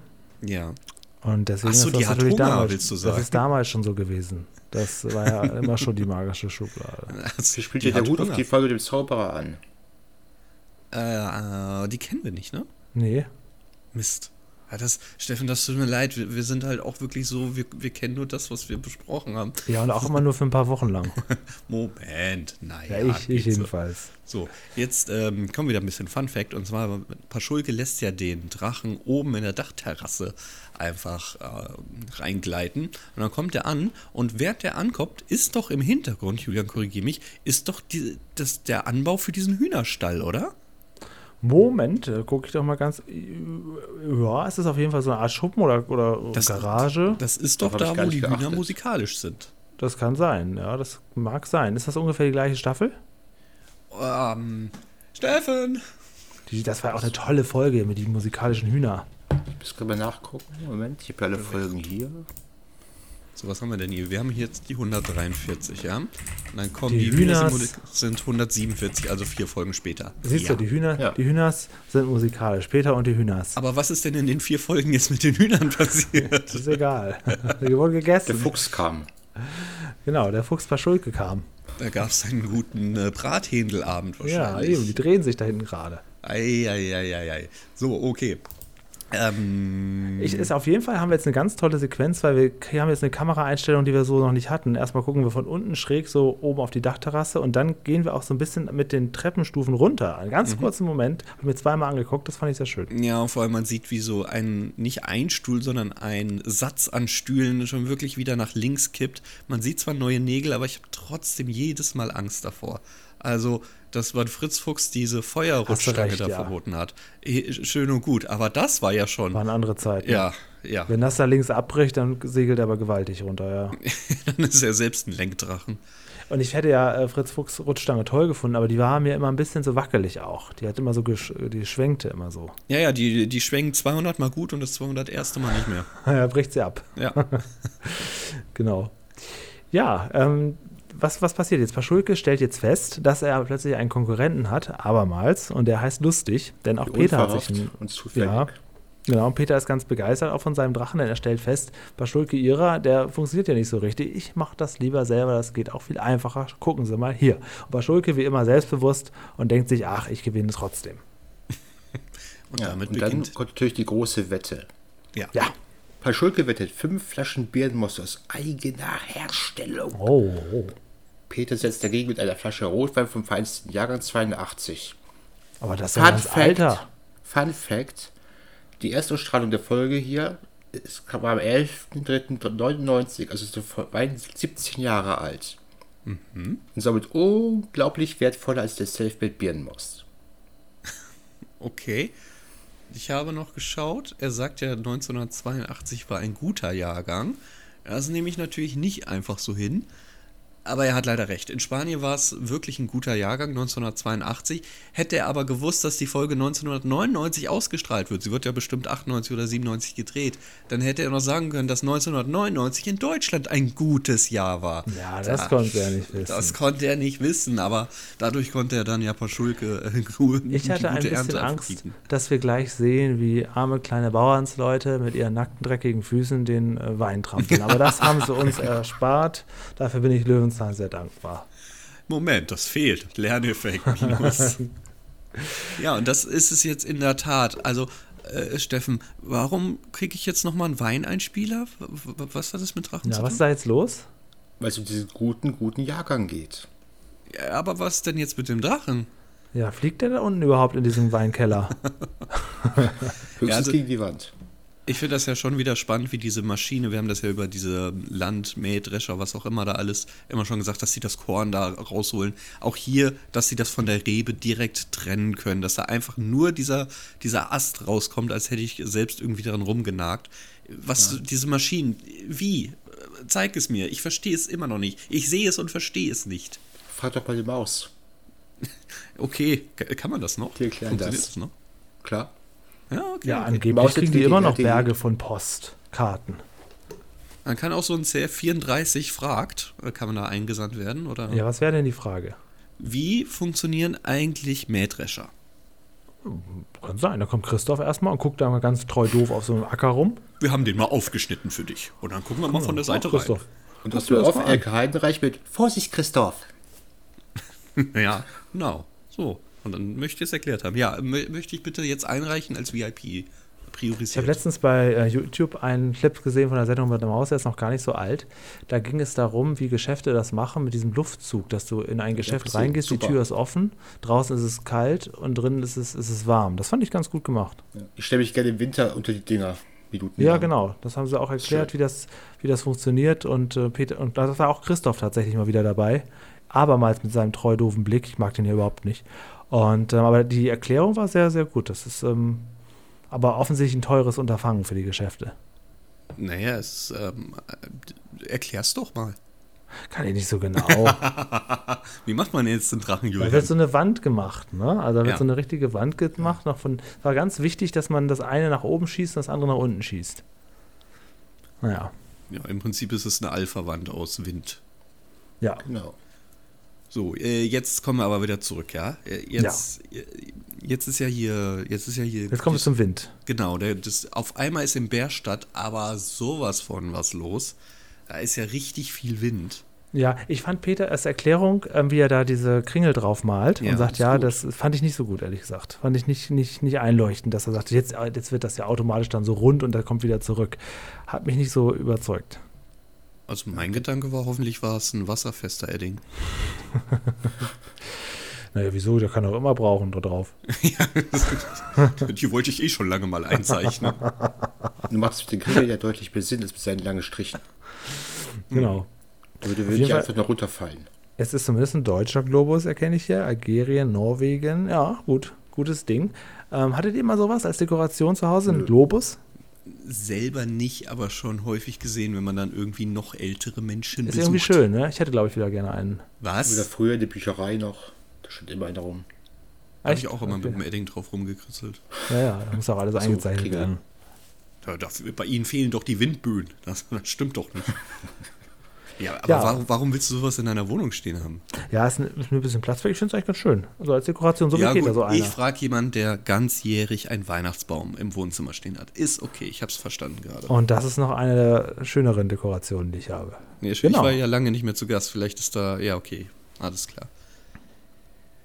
Speaker 2: Ja.
Speaker 3: Und deswegen
Speaker 2: Ach so,
Speaker 3: ist das
Speaker 2: die hat
Speaker 3: natürlich
Speaker 2: Hunger,
Speaker 3: damals,
Speaker 2: willst du
Speaker 3: Das
Speaker 2: sagen?
Speaker 3: ist damals schon so gewesen. Das war ja immer schon die magische Schublade.
Speaker 2: Also,
Speaker 4: Hier spielt
Speaker 2: die
Speaker 4: ja der
Speaker 2: hat
Speaker 4: Hut auf
Speaker 2: Hunger.
Speaker 4: die Folge dem Zauberer an.
Speaker 2: Äh, äh, die kennen wir nicht, ne?
Speaker 3: Nee.
Speaker 2: Mist. Ja, das, Steffen, das tut mir leid. Wir, wir sind halt auch wirklich so, wir, wir kennen nur das, was wir besprochen haben.
Speaker 3: Ja, und auch immer nur für ein paar Wochen lang.
Speaker 2: Moment, nein.
Speaker 3: Ja, ich, ich jedenfalls.
Speaker 2: So, jetzt ähm, kommen wieder ein bisschen Fun Fact. Und zwar, Paschulke lässt ja den Drachen oben in der Dachterrasse einfach äh, reingleiten. Und dann kommt er an. Und während er ankommt, ist doch im Hintergrund, Julian, korrigiere mich, ist doch die, das, der Anbau für diesen Hühnerstall, oder?
Speaker 3: Moment, gucke ich doch mal ganz. Ja, ist das auf jeden Fall so eine Art Schuppen oder, oder
Speaker 2: Das,
Speaker 3: Garage?
Speaker 2: Das ist doch
Speaker 4: Darauf hab
Speaker 2: da,
Speaker 4: ich gar
Speaker 2: wo
Speaker 4: nicht
Speaker 2: die Hühner
Speaker 4: geachtet.
Speaker 2: musikalisch sind.
Speaker 3: Das kann sein, ja, das mag sein. Ist das ungefähr die gleiche Staffel?
Speaker 2: Ähm, Steffen!
Speaker 3: Die, das war auch eine tolle Folge mit den musikalischen Hühner.
Speaker 4: Ich muss gerade mal nachgucken. Moment, ich habe alle Folgen hier.
Speaker 2: So, was haben wir denn hier? Wir haben hier jetzt die 143, ja? Und dann kommen
Speaker 3: Die
Speaker 2: die, Hühner
Speaker 3: Hühners.
Speaker 2: sind 147, also vier Folgen später.
Speaker 3: Siehst
Speaker 4: Ja.
Speaker 3: du, die Hühner,
Speaker 4: Ja.
Speaker 3: die Hühners sind musikalisch. Peter und die Hühners.
Speaker 2: Aber was ist denn in den vier Folgen jetzt mit den Hühnern passiert?
Speaker 3: Ist egal. Die wurden
Speaker 4: Der
Speaker 3: gegessen.
Speaker 4: Fuchs kam.
Speaker 3: genau, der Fuchs war schuld gekam.
Speaker 2: Da gab es einen guten äh, Brathändelabend
Speaker 3: Ja, eben, die
Speaker 2: wahrscheinlich.
Speaker 3: drehen sich da hinten gerade.
Speaker 2: Eieieiei. So, okay. Ähm,
Speaker 4: Mhm.
Speaker 3: Ich, ist, auf jeden Fall haben wir jetzt eine ganz tolle Sequenz, weil wir k- haben jetzt eine Kameraeinstellung, die wir so noch nicht hatten. Erstmal gucken wir von unten schräg so oben auf die Dachterrasse und dann gehen wir auch so ein bisschen mit den Treppenstufen runter. Einen
Speaker 4: Mhm.
Speaker 3: ganz kurzen Moment, habe mir zweimal angeguckt, das fand ich sehr schön.
Speaker 2: Ja, und vor allem man sieht, wie so ein, nicht ein Stuhl, sondern ein Satz an Stühlen schon wirklich wieder nach links kippt. Man sieht zwar neue Nägel, aber ich habe trotzdem jedes Mal Angst davor. Also, dass man Fritz Fuchs diese Feuerrutschstange
Speaker 3: recht,
Speaker 2: da
Speaker 3: ja.
Speaker 2: verboten hat. Eh, Schön und gut, aber das war ja schon.
Speaker 3: War eine andere Zeit.
Speaker 2: Ja, ja.
Speaker 3: Wenn das da links abbricht, dann segelt er aber gewaltig runter, ja.
Speaker 2: Dann ist er selbst ein Lenkdrachen.
Speaker 3: Und ich hätte ja äh, Fritz Fuchs Rutschstange toll gefunden, aber die war mir immer ein bisschen so wackelig auch. Die hat immer so, gesch die schwenkte immer so.
Speaker 2: Ja, ja, die, die schwenken 200 mal gut und das 201. Mal nicht mehr.
Speaker 3: Ja, bricht sie ab.
Speaker 2: Ja.
Speaker 3: Genau. Ja, ähm, was, was passiert jetzt? Paschulke stellt jetzt fest, dass er plötzlich einen Konkurrenten hat, abermals, und der heißt Lustig, denn auch Peter hat sich einen,
Speaker 4: Unverhofft und zufällig.
Speaker 3: ja, genau, und Peter ist ganz begeistert auch von seinem Drachen, denn er stellt fest, Paschulke ihrer, der funktioniert ja nicht so richtig. Ich mache das lieber selber, das geht auch viel einfacher. Gucken Sie mal hier. Und Paschulke wie immer selbstbewusst und denkt sich, ach, ich gewinne trotzdem.
Speaker 2: Und
Speaker 4: Ja,
Speaker 2: damit
Speaker 4: und dann
Speaker 2: beginnt.
Speaker 4: kommt natürlich die große Wette.
Speaker 2: Ja.
Speaker 3: Ja.
Speaker 4: Paschulke wettet fünf Flaschen Birnenmost aus eigener Herstellung.
Speaker 3: Oh, oh.
Speaker 4: Peter setzt dagegen mit einer Flasche Rotwein vom feinsten Jahrgang 82.
Speaker 3: aber das ist ja
Speaker 4: Fun
Speaker 3: ganz
Speaker 4: Fact,
Speaker 3: alter.
Speaker 4: Fun Fact: Die Erstausstrahlung der Folge hier ist, war am 11.03.99, also ist der Fol- Wein 17 Jahre alt.
Speaker 3: Mhm.
Speaker 4: Und somit unglaublich wertvoller als der Selfmade Birnenmost.
Speaker 2: Okay. Ich habe noch geschaut. Er sagt ja, 1982 war ein guter Jahrgang. Das nehme ich natürlich nicht einfach so hin. Aber er hat leider recht. In Spanien war es wirklich ein guter Jahrgang, 1982. Hätte er aber gewusst, dass die Folge 1999 ausgestrahlt wird, sie wird ja bestimmt 98 oder 97 gedreht, dann hätte er noch sagen können, dass 1999 in Deutschland ein gutes Jahr war.
Speaker 3: Ja, das
Speaker 2: Da-
Speaker 3: konnte er nicht wissen.
Speaker 2: Das konnte er nicht wissen, aber dadurch konnte er dann ja Paschulke äh, gu-
Speaker 3: Ich
Speaker 2: die
Speaker 3: hatte ein
Speaker 2: gute
Speaker 3: bisschen
Speaker 2: Ernte
Speaker 3: Angst,
Speaker 2: abbieten.
Speaker 3: dass wir gleich sehen, wie arme kleine Bauernsleute mit ihren nackten, dreckigen Füßen den äh, Wein trampeln. Aber das haben sie uns erspart. Dafür bin ich Löwenzahn sehr dankbar.
Speaker 2: Moment, das fehlt. Lerneffekt minus. ja, und das ist es jetzt in der Tat. Also, äh, Steffen, warum kriege ich jetzt nochmal einen Weineinspieler? W- w- Was hat das mit Drachen
Speaker 3: Ja,
Speaker 2: zu
Speaker 3: was ist
Speaker 2: tun?
Speaker 3: da jetzt los?
Speaker 4: Weil es um diesen guten, guten Jahrgang geht.
Speaker 2: Ja, aber was denn jetzt mit dem Drachen?
Speaker 3: Ja, fliegt der da unten überhaupt in diesem Weinkeller?
Speaker 4: Höchstens
Speaker 2: also-
Speaker 4: gegen die Wand.
Speaker 2: Ich finde das ja schon wieder spannend, wie diese Maschine, wir haben das ja über diese Land, Mähdrescher, was auch immer da alles, immer schon gesagt, dass sie das Korn da rausholen. Auch hier, dass sie das von der Rebe direkt trennen können, dass da einfach nur dieser, dieser Ast rauskommt, als hätte ich selbst irgendwie dran rumgenagt. Was, diese Maschinen, wie? Zeig es mir. Ich verstehe es immer noch nicht. Ich sehe es und verstehe es nicht.
Speaker 4: Frag doch mal die Maus.
Speaker 2: Okay, k- kann man das noch?
Speaker 4: Die erklären
Speaker 2: Funktioniert
Speaker 4: das.
Speaker 2: das noch?
Speaker 4: Klar.
Speaker 2: Ja, okay.
Speaker 3: Ja,
Speaker 2: okay.
Speaker 3: angeblich
Speaker 4: Maus
Speaker 3: kriegen
Speaker 4: jetzt
Speaker 3: die
Speaker 4: die-
Speaker 3: immer noch
Speaker 4: die-
Speaker 3: Berge von Postkarten.
Speaker 2: Man kann auch so ein CF34 fragt, äh, kann man da eingesandt werden? Oder?
Speaker 3: Ja, was wäre denn die Frage?
Speaker 2: Wie funktionieren eigentlich Mähdrescher?
Speaker 3: Kann sein, da kommt Christoph erstmal und guckt da mal ganz treu doof auf so einem Acker rum.
Speaker 2: Wir haben den mal aufgeschnitten für dich. Und dann gucken wir mal von der
Speaker 3: Oh,
Speaker 2: Seite rein.
Speaker 3: Christoph.
Speaker 4: Und
Speaker 3: Guck
Speaker 4: das
Speaker 3: dir
Speaker 4: wird
Speaker 3: das
Speaker 4: auf
Speaker 3: mal an.
Speaker 4: Elke Heidenreich mit Vorsicht, Christoph.
Speaker 2: Ja, genau. So. Und dann möchte ich es erklärt haben. Ja, mö- möchte ich bitte jetzt einreichen als VIP
Speaker 3: Ich habe
Speaker 2: priorisiert.
Speaker 3: letztens bei äh, YouTube einen Clip gesehen von der Sendung mit der Maus, der ist noch gar nicht so alt. Da ging es darum, wie Geschäfte das machen mit diesem Luftzug, dass du in ein Geschäft
Speaker 4: gesehen.
Speaker 3: reingehst, die
Speaker 4: Super.
Speaker 3: Tür ist offen, draußen ist es kalt und drinnen ist es, ist es warm. Das fand ich ganz gut gemacht.
Speaker 4: Ich stelle mich gerne im Winter unter die Dinger. Minuten.
Speaker 3: Ja,
Speaker 4: lang.
Speaker 3: genau. Das haben sie auch erklärt,
Speaker 4: Schön.
Speaker 3: wie das, wie das funktioniert. Und äh, Peter, und da war auch Christoph tatsächlich mal wieder dabei. Abermals mit seinem treu doofen Blick. Ich mag den hier überhaupt nicht. Und ähm, aber die Erklärung war sehr, sehr gut. Das ist ähm, aber offensichtlich ein teures Unterfangen für die Geschäfte.
Speaker 2: Naja, es, ähm, äh, erklär's doch mal.
Speaker 3: Kann ich nicht so genau.
Speaker 2: Wie macht man jetzt den Drachen,
Speaker 3: Da wird so
Speaker 2: Julian?
Speaker 3: eine Wand gemacht, ne? Also da wird
Speaker 2: Ja.
Speaker 3: so eine richtige Wand gemacht. Noch von, es war ganz wichtig, dass man das eine nach oben schießt und das andere nach unten schießt. Naja.
Speaker 2: Ja, im Prinzip ist es eine Alpha-Wand aus Wind.
Speaker 3: Ja.
Speaker 4: Genau.
Speaker 2: So, äh, jetzt kommen wir aber wieder zurück, ja? Äh, Jetzt, äh, jetzt ist ja hier, jetzt ist ja hier.
Speaker 3: Jetzt kommen wir zum Wind.
Speaker 2: Genau, der, das, auf einmal ist in Bärstadt aber sowas von was los. Da ist ja richtig viel Wind.
Speaker 3: Ja, ich fand Peter als Erklärung, ähm, wie er da diese Kringel drauf malt
Speaker 2: Ja,
Speaker 3: und sagt,
Speaker 2: ist
Speaker 3: ja,
Speaker 2: gut.
Speaker 3: das fand ich nicht so gut, ehrlich gesagt. Fand ich nicht, nicht, nicht einleuchtend, dass er sagt, jetzt, äh, jetzt wird das ja automatisch dann so rund und dann kommt wieder zurück. Hat mich nicht so überzeugt.
Speaker 2: Also mein Gedanke war, hoffentlich war es ein wasserfester Edding.
Speaker 3: Naja, wieso? Der kann auch immer brauchen da drauf.
Speaker 2: ja, die wollte ich eh schon lange mal einzeichnen.
Speaker 4: Du machst mit den Grill ja deutlich mehr Sinn als mit seinen langen Strichen.
Speaker 3: Genau.
Speaker 4: Da würde
Speaker 3: jeden
Speaker 4: wirklich
Speaker 3: Fall-
Speaker 4: einfach noch runterfallen.
Speaker 3: Es ist zumindest ein deutscher Globus, erkenne ich hier. Algerien, Norwegen. Ja, gut. Gutes Ding. Ähm, hattet ihr mal sowas als Dekoration zu Hause? Ein Globus?
Speaker 2: Selber nicht, aber schon häufig gesehen, wenn man dann irgendwie noch ältere Menschen
Speaker 3: Ist
Speaker 2: besucht.
Speaker 3: irgendwie schön, ne? Ich hätte, glaube ich, wieder gerne einen.
Speaker 4: Oder
Speaker 2: Was?
Speaker 4: früher in der Bücherei noch. Da stand immer einer rum.
Speaker 2: Habe ich auch immer
Speaker 3: okay.
Speaker 2: mit dem Edding drauf rumgekritzelt.
Speaker 3: Ja, ja, da muss auch alles eingezeichnet
Speaker 4: Kringel.
Speaker 3: werden.
Speaker 2: Da, da, bei ihnen fehlen doch die Windböen. Das, das stimmt doch nicht. ja, aber
Speaker 3: Ja.
Speaker 2: Warum, warum willst du sowas in deiner Wohnung stehen haben?
Speaker 3: Ja, ist, ein, ist mir ein bisschen Platz weg. Ich finde es eigentlich ganz schön. Also als Dekoration, so wie geht da so
Speaker 2: ich
Speaker 3: einer.
Speaker 2: frage jemanden, der ganzjährig einen Weihnachtsbaum im Wohnzimmer stehen hat. Ist okay, ich habe es verstanden gerade.
Speaker 3: Und das ist noch eine der schöneren Dekorationen, die ich habe.
Speaker 2: Nee, ich,
Speaker 3: genau.
Speaker 2: ich war ja lange nicht mehr zu Gast. Vielleicht ist da, ja, okay, alles klar.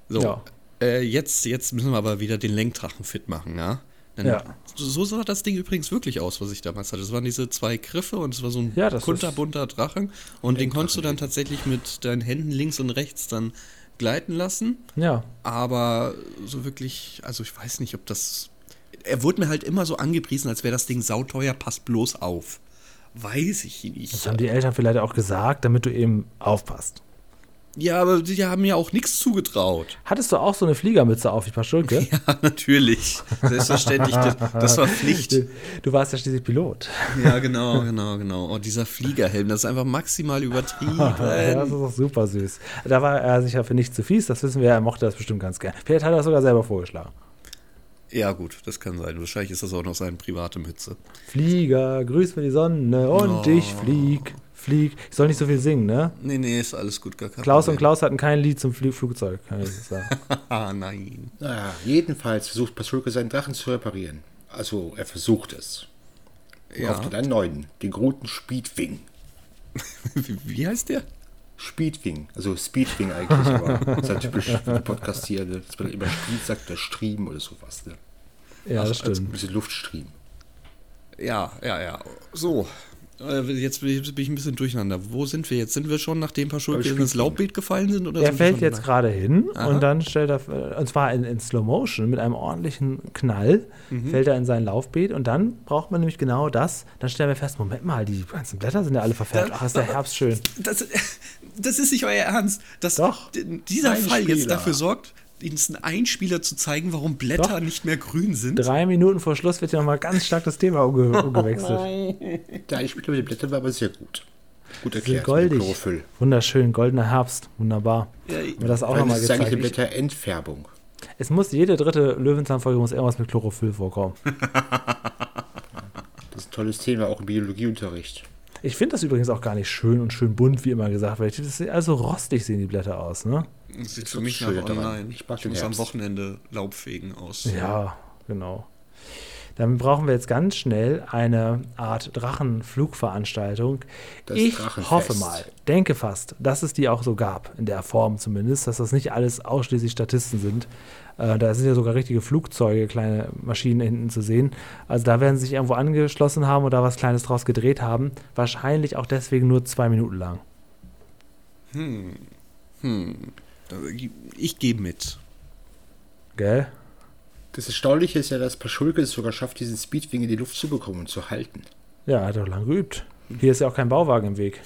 Speaker 2: So,
Speaker 3: Ja.
Speaker 2: äh, jetzt, jetzt müssen wir aber wieder den Lenkdrachen fit machen, ja? Dann,
Speaker 3: Ja.
Speaker 2: So sah das Ding übrigens wirklich aus, was ich damals hatte. Es waren diese zwei Griffe und es war so ein
Speaker 3: Ja, das
Speaker 2: kunterbunter Drachen. Und den konntest du dann tatsächlich mit deinen Händen links und rechts dann gleiten lassen.
Speaker 3: Ja,
Speaker 2: Aber so wirklich, also ich weiß nicht, ob das. Er wurde mir halt immer so angepriesen, als wäre das Ding sauteuer, passt bloß auf. Weiß ich
Speaker 3: das
Speaker 2: nicht.
Speaker 3: haben die Eltern vielleicht auch gesagt, damit du eben aufpasst.
Speaker 2: Ja, aber die haben mir auch nichts zugetraut.
Speaker 3: Hattest du auch so eine Fliegermütze auf, wie Paschulke?
Speaker 2: Ja, natürlich. Selbstverständlich. Das, das war Pflicht.
Speaker 3: Du, du warst ja schließlich Pilot.
Speaker 2: Ja, genau, genau, genau. Oh, dieser Fliegerhelm, das ist einfach maximal
Speaker 3: Ja, das ist
Speaker 2: übertrieben.
Speaker 3: doch super süß. Da war er sicher für nicht zu fies, das wissen wir, er mochte das bestimmt ganz gern. Vielleicht hat er das sogar selber vorgeschlagen.
Speaker 2: Ja, gut, das kann sein. Wahrscheinlich ist das auch noch seine private Mütze.
Speaker 3: Flieger, grüß mir die Sonne und
Speaker 2: Oh.
Speaker 3: ich flieg, flieg. Ich soll nicht so viel singen, ne?
Speaker 2: Nee, nee, ist alles gut, gar kein
Speaker 3: Klaus und
Speaker 2: Problem.
Speaker 3: Klaus hatten kein Lied zum Flie Flugzeug, kann ich sagen.
Speaker 2: Ah, nein.
Speaker 4: Naja, jedenfalls versucht Pasulke seinen Drachen zu reparieren. Also, er versucht es. Er
Speaker 2: Ja.
Speaker 4: kauft einen neuen, den guten Speedwing.
Speaker 2: Wie, wie heißt der?
Speaker 4: Speedwing, also Speedwing eigentlich, aber das ist ja typisch für die Podcast hier, ne? dass man immer Speed sagt oder Striemen oder sowas. Ne?
Speaker 3: Ja, das
Speaker 4: Also
Speaker 3: stimmt.
Speaker 4: ein bisschen Luftstriemen.
Speaker 2: Ja, ja, ja. So. Äh, Jetzt bin ich jetzt bin ich ein bisschen durcheinander. Wo sind wir jetzt? Sind wir schon, nachdem Paschulke
Speaker 4: Beim
Speaker 2: ins Laubbeet gefallen sind? Oder
Speaker 3: Er
Speaker 2: sind wir
Speaker 3: fällt
Speaker 2: schon
Speaker 3: jetzt gerade hin
Speaker 2: Aha.
Speaker 3: und dann stellt er, und zwar in, in Slow Motion mit einem ordentlichen Knall, fällt er in sein Laufbeet und dann braucht man nämlich genau das. Dann stellen wir fest, Moment mal, die ganzen Blätter sind ja alle verfärbt. Ach, ist der Herbst schön.
Speaker 2: Das, das ist nicht euer Ernst. Dass
Speaker 3: Doch.
Speaker 2: d- Dieser
Speaker 4: Ein
Speaker 2: Fall jetzt
Speaker 4: Spieler.
Speaker 2: dafür sorgt, uns einen Einspieler zu zeigen, warum Blätter
Speaker 3: Doch.
Speaker 2: nicht mehr grün sind.
Speaker 3: Drei Minuten vor Schluss wird hier nochmal ganz stark das Thema umge umgewechselt.
Speaker 4: Der Einspieler mit den Blättern war aber sehr gut. Gut
Speaker 3: Die sind
Speaker 4: erklärt, mit dem
Speaker 3: goldig.
Speaker 4: Chlorophyll.
Speaker 3: Wunderschön, goldener Herbst. Wunderbar.
Speaker 2: Ja,
Speaker 3: Haben wir das auch
Speaker 4: Weil
Speaker 3: nochmal
Speaker 4: das ist
Speaker 3: gezeigt.
Speaker 4: eigentlich eine
Speaker 3: Ich,
Speaker 4: Blätterentfärbung.
Speaker 3: es muss jede dritte Löwenzahn-Folge muss irgendwas mit Chlorophyll vorkommen.
Speaker 4: Das ist ein tolles Thema, auch im Biologieunterricht.
Speaker 3: Ich finde das übrigens auch gar nicht schön und schön bunt, wie immer gesagt wird. Das ist also rostig sehen die Blätter aus, ne?
Speaker 2: Das sieht
Speaker 4: ist
Speaker 2: für
Speaker 4: doch
Speaker 2: mich nach
Speaker 4: schön daran.
Speaker 2: online.
Speaker 4: Ich mag
Speaker 2: Ich
Speaker 4: den
Speaker 2: muss am
Speaker 4: Herbst.
Speaker 2: Wochenende Laubfegen aus.
Speaker 3: Ja, genau. Dann brauchen wir jetzt ganz schnell eine Art Drachenflugveranstaltung.
Speaker 4: Das
Speaker 3: ich
Speaker 4: Drachenfest.
Speaker 3: hoffe mal, denke fast, dass es die auch so gab, in der Form zumindest, dass das nicht alles ausschließlich Statisten sind. Äh, da sind ja sogar richtige Flugzeuge, kleine Maschinen hinten zu sehen. Also da werden sie sich irgendwo angeschlossen haben oder was Kleines draus gedreht haben. Wahrscheinlich auch deswegen nur zwei Minuten lang.
Speaker 2: Ich gehe mit.
Speaker 3: Gell?
Speaker 4: Das Erstaunliche ist ja, dass Paschulke es sogar schafft, diesen Speedwing in die Luft zu bekommen und zu halten.
Speaker 3: Ja, hat doch lang geübt. Hier ist ja auch kein Bauwagen im Weg.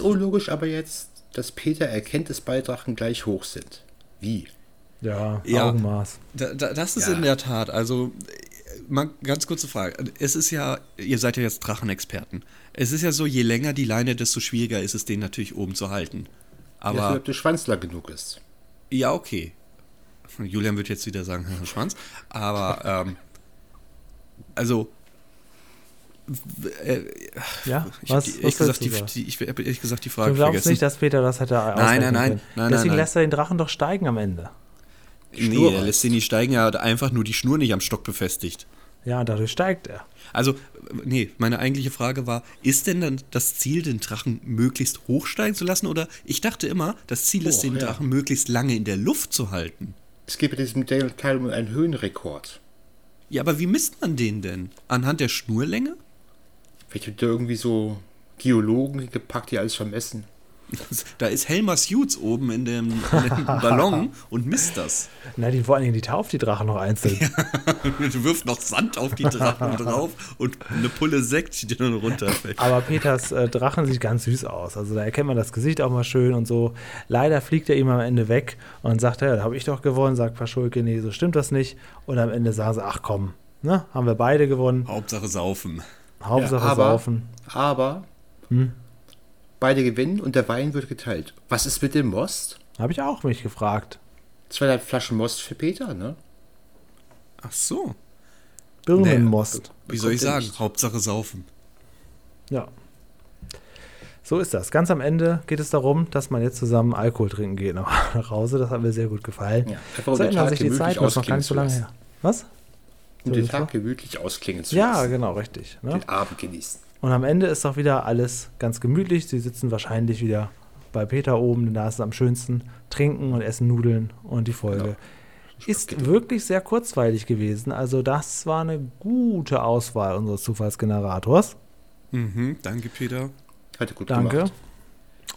Speaker 4: unlogisch aber jetzt, dass Peter erkennt, dass beide Drachen gleich hoch sind. Wie?
Speaker 3: Ja,
Speaker 2: Ja.
Speaker 3: Augenmaß.
Speaker 2: Da, da, das ist
Speaker 4: Ja.
Speaker 2: in der Tat, also äh, mal ganz kurze Frage. Es ist ja, ihr seid ja jetzt Drachenexperten. Es ist ja so, je länger die Leine, desto schwieriger ist es, den natürlich oben zu halten.
Speaker 4: Aber Dafür,
Speaker 2: Aber
Speaker 4: ob der Schwanz lang genug ist.
Speaker 2: ja, okay. Julian wird jetzt wieder sagen, Schwanz. Aber ähm, also äh,
Speaker 3: Ja,
Speaker 2: ich habe ehrlich,
Speaker 3: willst
Speaker 2: gesagt
Speaker 3: du
Speaker 2: die-
Speaker 3: sagen?
Speaker 2: die- ich hab ehrlich gesagt die
Speaker 3: Du
Speaker 2: Frage
Speaker 3: glaubst
Speaker 2: vergessen.
Speaker 3: nicht, dass Peter das hätte aushalten
Speaker 2: nein, nein,
Speaker 3: können.
Speaker 2: nein, nein,
Speaker 3: Deswegen
Speaker 2: nein.
Speaker 3: lässt er den Drachen doch steigen am Ende.
Speaker 2: nee,
Speaker 4: Schnur
Speaker 2: er lässt den nicht steigen, er hat einfach nur die Schnur nicht am Stock befestigt.
Speaker 3: Ja, dadurch steigt er.
Speaker 2: Also, nee, meine eigentliche Frage war, ist denn dann das Ziel, den Drachen möglichst hochsteigen zu lassen? Oder ich dachte immer, das Ziel ist,
Speaker 4: Hoch,
Speaker 2: den
Speaker 4: ja.
Speaker 2: Drachen möglichst lange in der Luft zu halten.
Speaker 4: Es geht bei diesem Teil um einen Höhenrekord.
Speaker 2: Ja, aber wie misst man den denn? Anhand der Schnurlänge?
Speaker 4: Vielleicht wird da irgendwie so Geologen gepackt, die alles vermessen.
Speaker 2: Da ist Helmers Hughes oben in dem, in dem Ballon und misst das.
Speaker 3: Na, die, vor allen Dingen, die tauft die Drachen noch einzeln.
Speaker 2: Und wirft noch Sand auf die Drachen drauf und eine Pulle Sekt, die dann runterfällt.
Speaker 3: Aber Peters äh, Drachen sieht ganz süß aus. Also da erkennt man das Gesicht auch mal schön und so. Leider fliegt er ihm am Ende weg und sagt, ja, da habe ich doch gewonnen, sagt Paschulke, nee, so stimmt das nicht. Und am Ende sagen sie, ach komm, ne, haben wir beide gewonnen.
Speaker 2: Hauptsache saufen.
Speaker 3: Hauptsache
Speaker 4: aber-
Speaker 3: saufen.
Speaker 4: Aber
Speaker 3: Hm.
Speaker 4: beide gewinnen und der Wein wird geteilt. Was ist mit dem Most?
Speaker 3: Habe ich auch mich gefragt.
Speaker 4: Zweieinhalb Flaschen Most für Peter, ne?
Speaker 2: Ach so.
Speaker 3: Birnenmost.
Speaker 2: Wie soll ich
Speaker 4: Kommt
Speaker 2: sagen?
Speaker 4: nicht.
Speaker 2: Hauptsache saufen.
Speaker 3: Ja. So ist das. Ganz am Ende geht es darum, dass man jetzt zusammen Alkohol trinken geht nach nach Hause. Das hat mir sehr gut gefallen.
Speaker 4: Ja, einfach
Speaker 3: so
Speaker 4: um den
Speaker 3: ändert
Speaker 4: Tag
Speaker 3: sich die
Speaker 4: gemütlich
Speaker 3: Zeit, das ist noch gar
Speaker 4: ausklingen
Speaker 3: nicht so
Speaker 4: zu
Speaker 3: lange
Speaker 4: lassen.
Speaker 3: her. Was?
Speaker 4: Um
Speaker 3: So
Speaker 4: den
Speaker 3: ist
Speaker 4: Tag
Speaker 3: wahr.
Speaker 4: gemütlich ausklingen zu
Speaker 3: Ja,
Speaker 4: lassen.
Speaker 3: genau, richtig. Ne?
Speaker 4: Den Abend genießen.
Speaker 3: Und am Ende ist auch wieder alles ganz gemütlich. Sie sitzen wahrscheinlich wieder bei Peter oben, denn da ist es am schönsten. Trinken und essen Nudeln und die
Speaker 4: Genau.
Speaker 3: Folge. Ist wirklich sehr kurzweilig gewesen. Also, das war eine gute Auswahl unseres Zufallsgenerators.
Speaker 2: Mhm, danke, Peter.
Speaker 4: Hatte gut
Speaker 3: Danke.
Speaker 4: gemacht.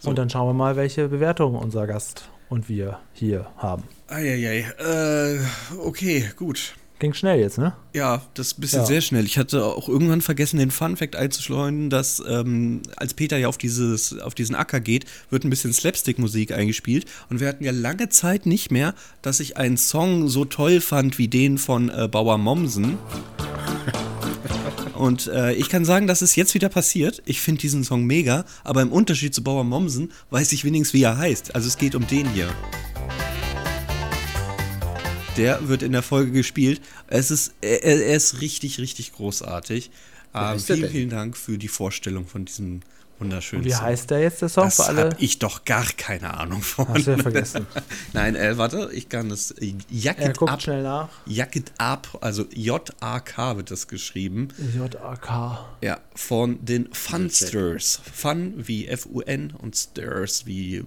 Speaker 3: Und dann schauen wir mal, welche Bewertungen unser Gast und wir hier haben.
Speaker 2: Eieiei. Äh, okay, gut.
Speaker 3: Ging schnell jetzt, ne?
Speaker 2: Ja, das ist ein bisschen
Speaker 3: Ja.
Speaker 2: sehr schnell. Ich hatte auch irgendwann vergessen, den Fun-Fact einzuschleudern, dass ähm, als Peter ja auf, dieses, auf diesen Acker geht, wird ein bisschen Slapstick-Musik eingespielt. Und wir hatten ja lange Zeit nicht mehr, dass ich einen Song so toll fand wie den von äh, Bauer Mommsen. Und äh, ich kann sagen, das ist jetzt wieder passiert. Ich finde diesen Song mega, aber im Unterschied zu Bauer Mommsen weiß ich wenigstens, wie er heißt. Also es geht um den hier. Der wird in der Folge gespielt. Es ist, er, er er ist richtig, richtig großartig. Äh,
Speaker 4: ist der
Speaker 2: vielen,
Speaker 4: denn?
Speaker 2: vielen Dank für die Vorstellung von diesem wunderschönen
Speaker 3: Wie
Speaker 2: Song.
Speaker 3: heißt der jetzt, der Song?
Speaker 2: Das
Speaker 3: für alle?
Speaker 2: habe ich doch gar keine Ahnung von.
Speaker 3: Hast du ja vergessen.
Speaker 2: Nein, äh, warte, ich kann das. äh,
Speaker 3: Er
Speaker 2: Jacket
Speaker 3: guckt
Speaker 2: ab.
Speaker 3: schnell nach.
Speaker 2: Jacket ab, also J-A-K wird das geschrieben.
Speaker 3: J.A.K.
Speaker 2: Ja, von den Funsters. Fun wie F-U-N und Stairs wie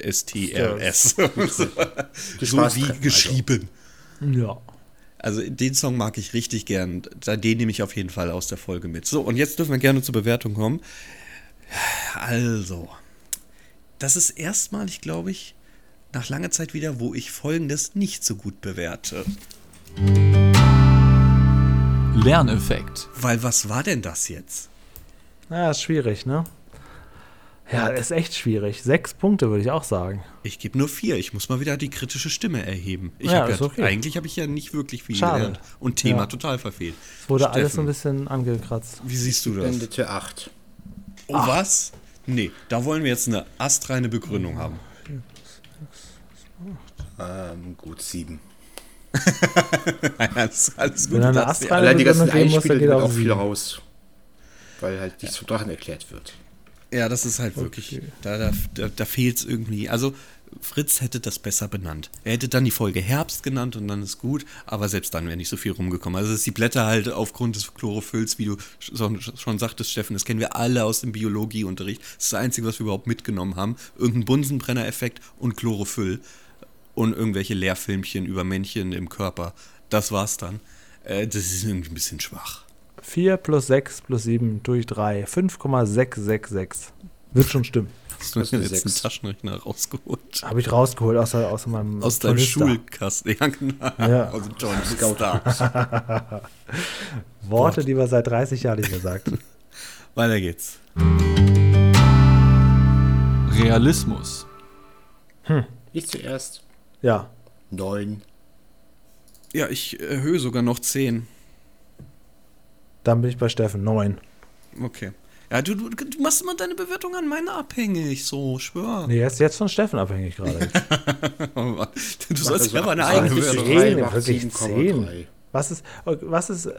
Speaker 2: S-T-R-S. so
Speaker 4: Spaß
Speaker 2: wie
Speaker 4: treffen,
Speaker 2: geschrieben.
Speaker 3: Ja.
Speaker 2: Also. den Song mag ich richtig gern. Da- Den nehme ich auf jeden Fall aus der Folge mit. So, und jetzt dürfen wir gerne zur Bewertung kommen. Also, das ist erstmalig, glaube ich, nach langer Zeit wieder, wo ich Folgendes nicht so gut bewerte.
Speaker 1: Lerneffekt.
Speaker 2: Weil was war denn das jetzt?
Speaker 3: Ja, ist schwierig, ne? Ja, ist echt schwierig. Sechs Punkte würde ich auch sagen.
Speaker 2: Ich gebe nur vier. Ich muss mal wieder die kritische Stimme erheben. Ich
Speaker 3: Ja,
Speaker 2: hab ja,
Speaker 3: ist okay.
Speaker 2: Eigentlich habe ich ja nicht wirklich viel
Speaker 3: Schade.
Speaker 2: gelernt und Thema
Speaker 3: Ja.
Speaker 2: total verfehlt. Es
Speaker 3: Wurde alles ein bisschen angekratzt.
Speaker 2: Wie siehst du das?
Speaker 4: Endete 8.
Speaker 2: Oh, was? Nee, da wollen wir jetzt eine astreine Begründung haben.
Speaker 4: Ähm, gut, 7.
Speaker 2: alles, alles gut.
Speaker 3: Wenn er
Speaker 2: du
Speaker 3: eine
Speaker 2: darfst ja-
Speaker 3: astreine-
Speaker 4: Allein die
Speaker 3: wenn man
Speaker 4: ganzen
Speaker 3: gehen muss, dann
Speaker 4: Einspiele
Speaker 3: geht
Speaker 4: gehen
Speaker 3: er auf
Speaker 4: auch viel
Speaker 3: sieben.
Speaker 4: raus. Weil halt nichts vom Drachen erklärt wird.
Speaker 2: ja, das ist halt wirklich. Da, da, da, da fehlt es irgendwie. Also, Fritz hätte das besser benannt. Er hätte dann die Folge Herbst genannt und dann ist gut, aber selbst dann wäre nicht so viel rumgekommen. Also, dass die Blätter halt aufgrund des Chlorophylls, wie du schon, schon sagtest, Steffen, das kennen wir alle aus dem Biologieunterricht. Das ist das Einzige, was wir überhaupt mitgenommen haben. Irgendein Bunsenbrenner-Effekt und Chlorophyll. und irgendwelche Lehrfilmchen über Männchen im Körper. Das war's dann. Äh, das ist irgendwie ein bisschen schwach.
Speaker 3: 4 plus 6 plus 7 durch 3. 5,666. Wird schon stimmen.
Speaker 2: Hast du
Speaker 4: Das ist eine
Speaker 2: jetzt einen
Speaker 4: Sechs.
Speaker 2: Taschenrechner rausgeholt?
Speaker 3: Habe ich rausgeholt aus, aus meinem
Speaker 2: Aus deinem
Speaker 3: Tornister.
Speaker 2: Schulkasten. Ja, genau.
Speaker 3: Ja.
Speaker 2: Aus dem Tornister.
Speaker 3: Worte, die wir seit 30 Jahren nicht mehr sagten.
Speaker 2: Weiter geht's.
Speaker 1: Realismus.
Speaker 4: Ich zuerst.
Speaker 3: ja.
Speaker 4: 9.
Speaker 2: Ja, ich erhöhe sogar noch 10.
Speaker 3: Dann bin ich bei Steffen. 9.
Speaker 2: Okay. Ja, du, du, du machst immer deine Bewertung an meine abhängig, so, schwör.
Speaker 3: Nee, er ist jetzt von Steffen abhängig gerade.
Speaker 2: du sollst
Speaker 4: Also
Speaker 2: ja mal eine
Speaker 4: acht-
Speaker 2: eigene
Speaker 4: acht-
Speaker 2: Bewertung
Speaker 3: Zehn,
Speaker 4: macht
Speaker 3: wirklich
Speaker 4: 7,3.
Speaker 3: Was ist, was ist, äh,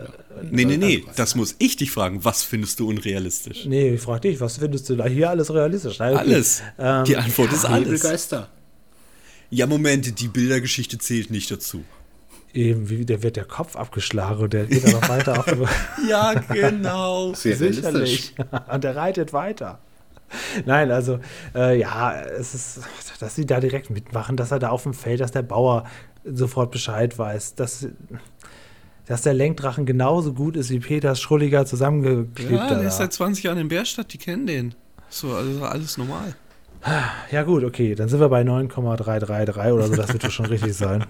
Speaker 2: Nee, nee, nee, das muss ich dich fragen. Was findest du unrealistisch?
Speaker 3: nee, ich frag dich, was findest du da hier alles realistisch? Nein, okay.
Speaker 2: Alles.
Speaker 3: Ähm,
Speaker 2: Die Antwort ist alles.
Speaker 4: Nebelgeister.
Speaker 2: Ja, Moment, die Bildergeschichte zählt nicht dazu.
Speaker 3: Eben, wie, der wird der Kopf abgeschlagen und der geht dann noch weiter auf.
Speaker 2: Ja, genau.
Speaker 4: Sehr realistisch.
Speaker 3: Sicherlich. Und er reitet weiter. Nein, also, äh, ja, es ist, dass sie da direkt mitmachen, dass er da auf dem Feld, dass der Bauer sofort Bescheid weiß, dass, dass der Lenkdrachen genauso gut ist wie Peters Schrulliger zusammengeklebt.
Speaker 2: Ja, der
Speaker 3: da.
Speaker 4: halt
Speaker 2: ist seit 20 Jahren in Bärstadt, die kennen den. So, also alles normal.
Speaker 3: ja, gut, okay, dann sind wir bei 9,333 oder so, das wird doch schon richtig sein.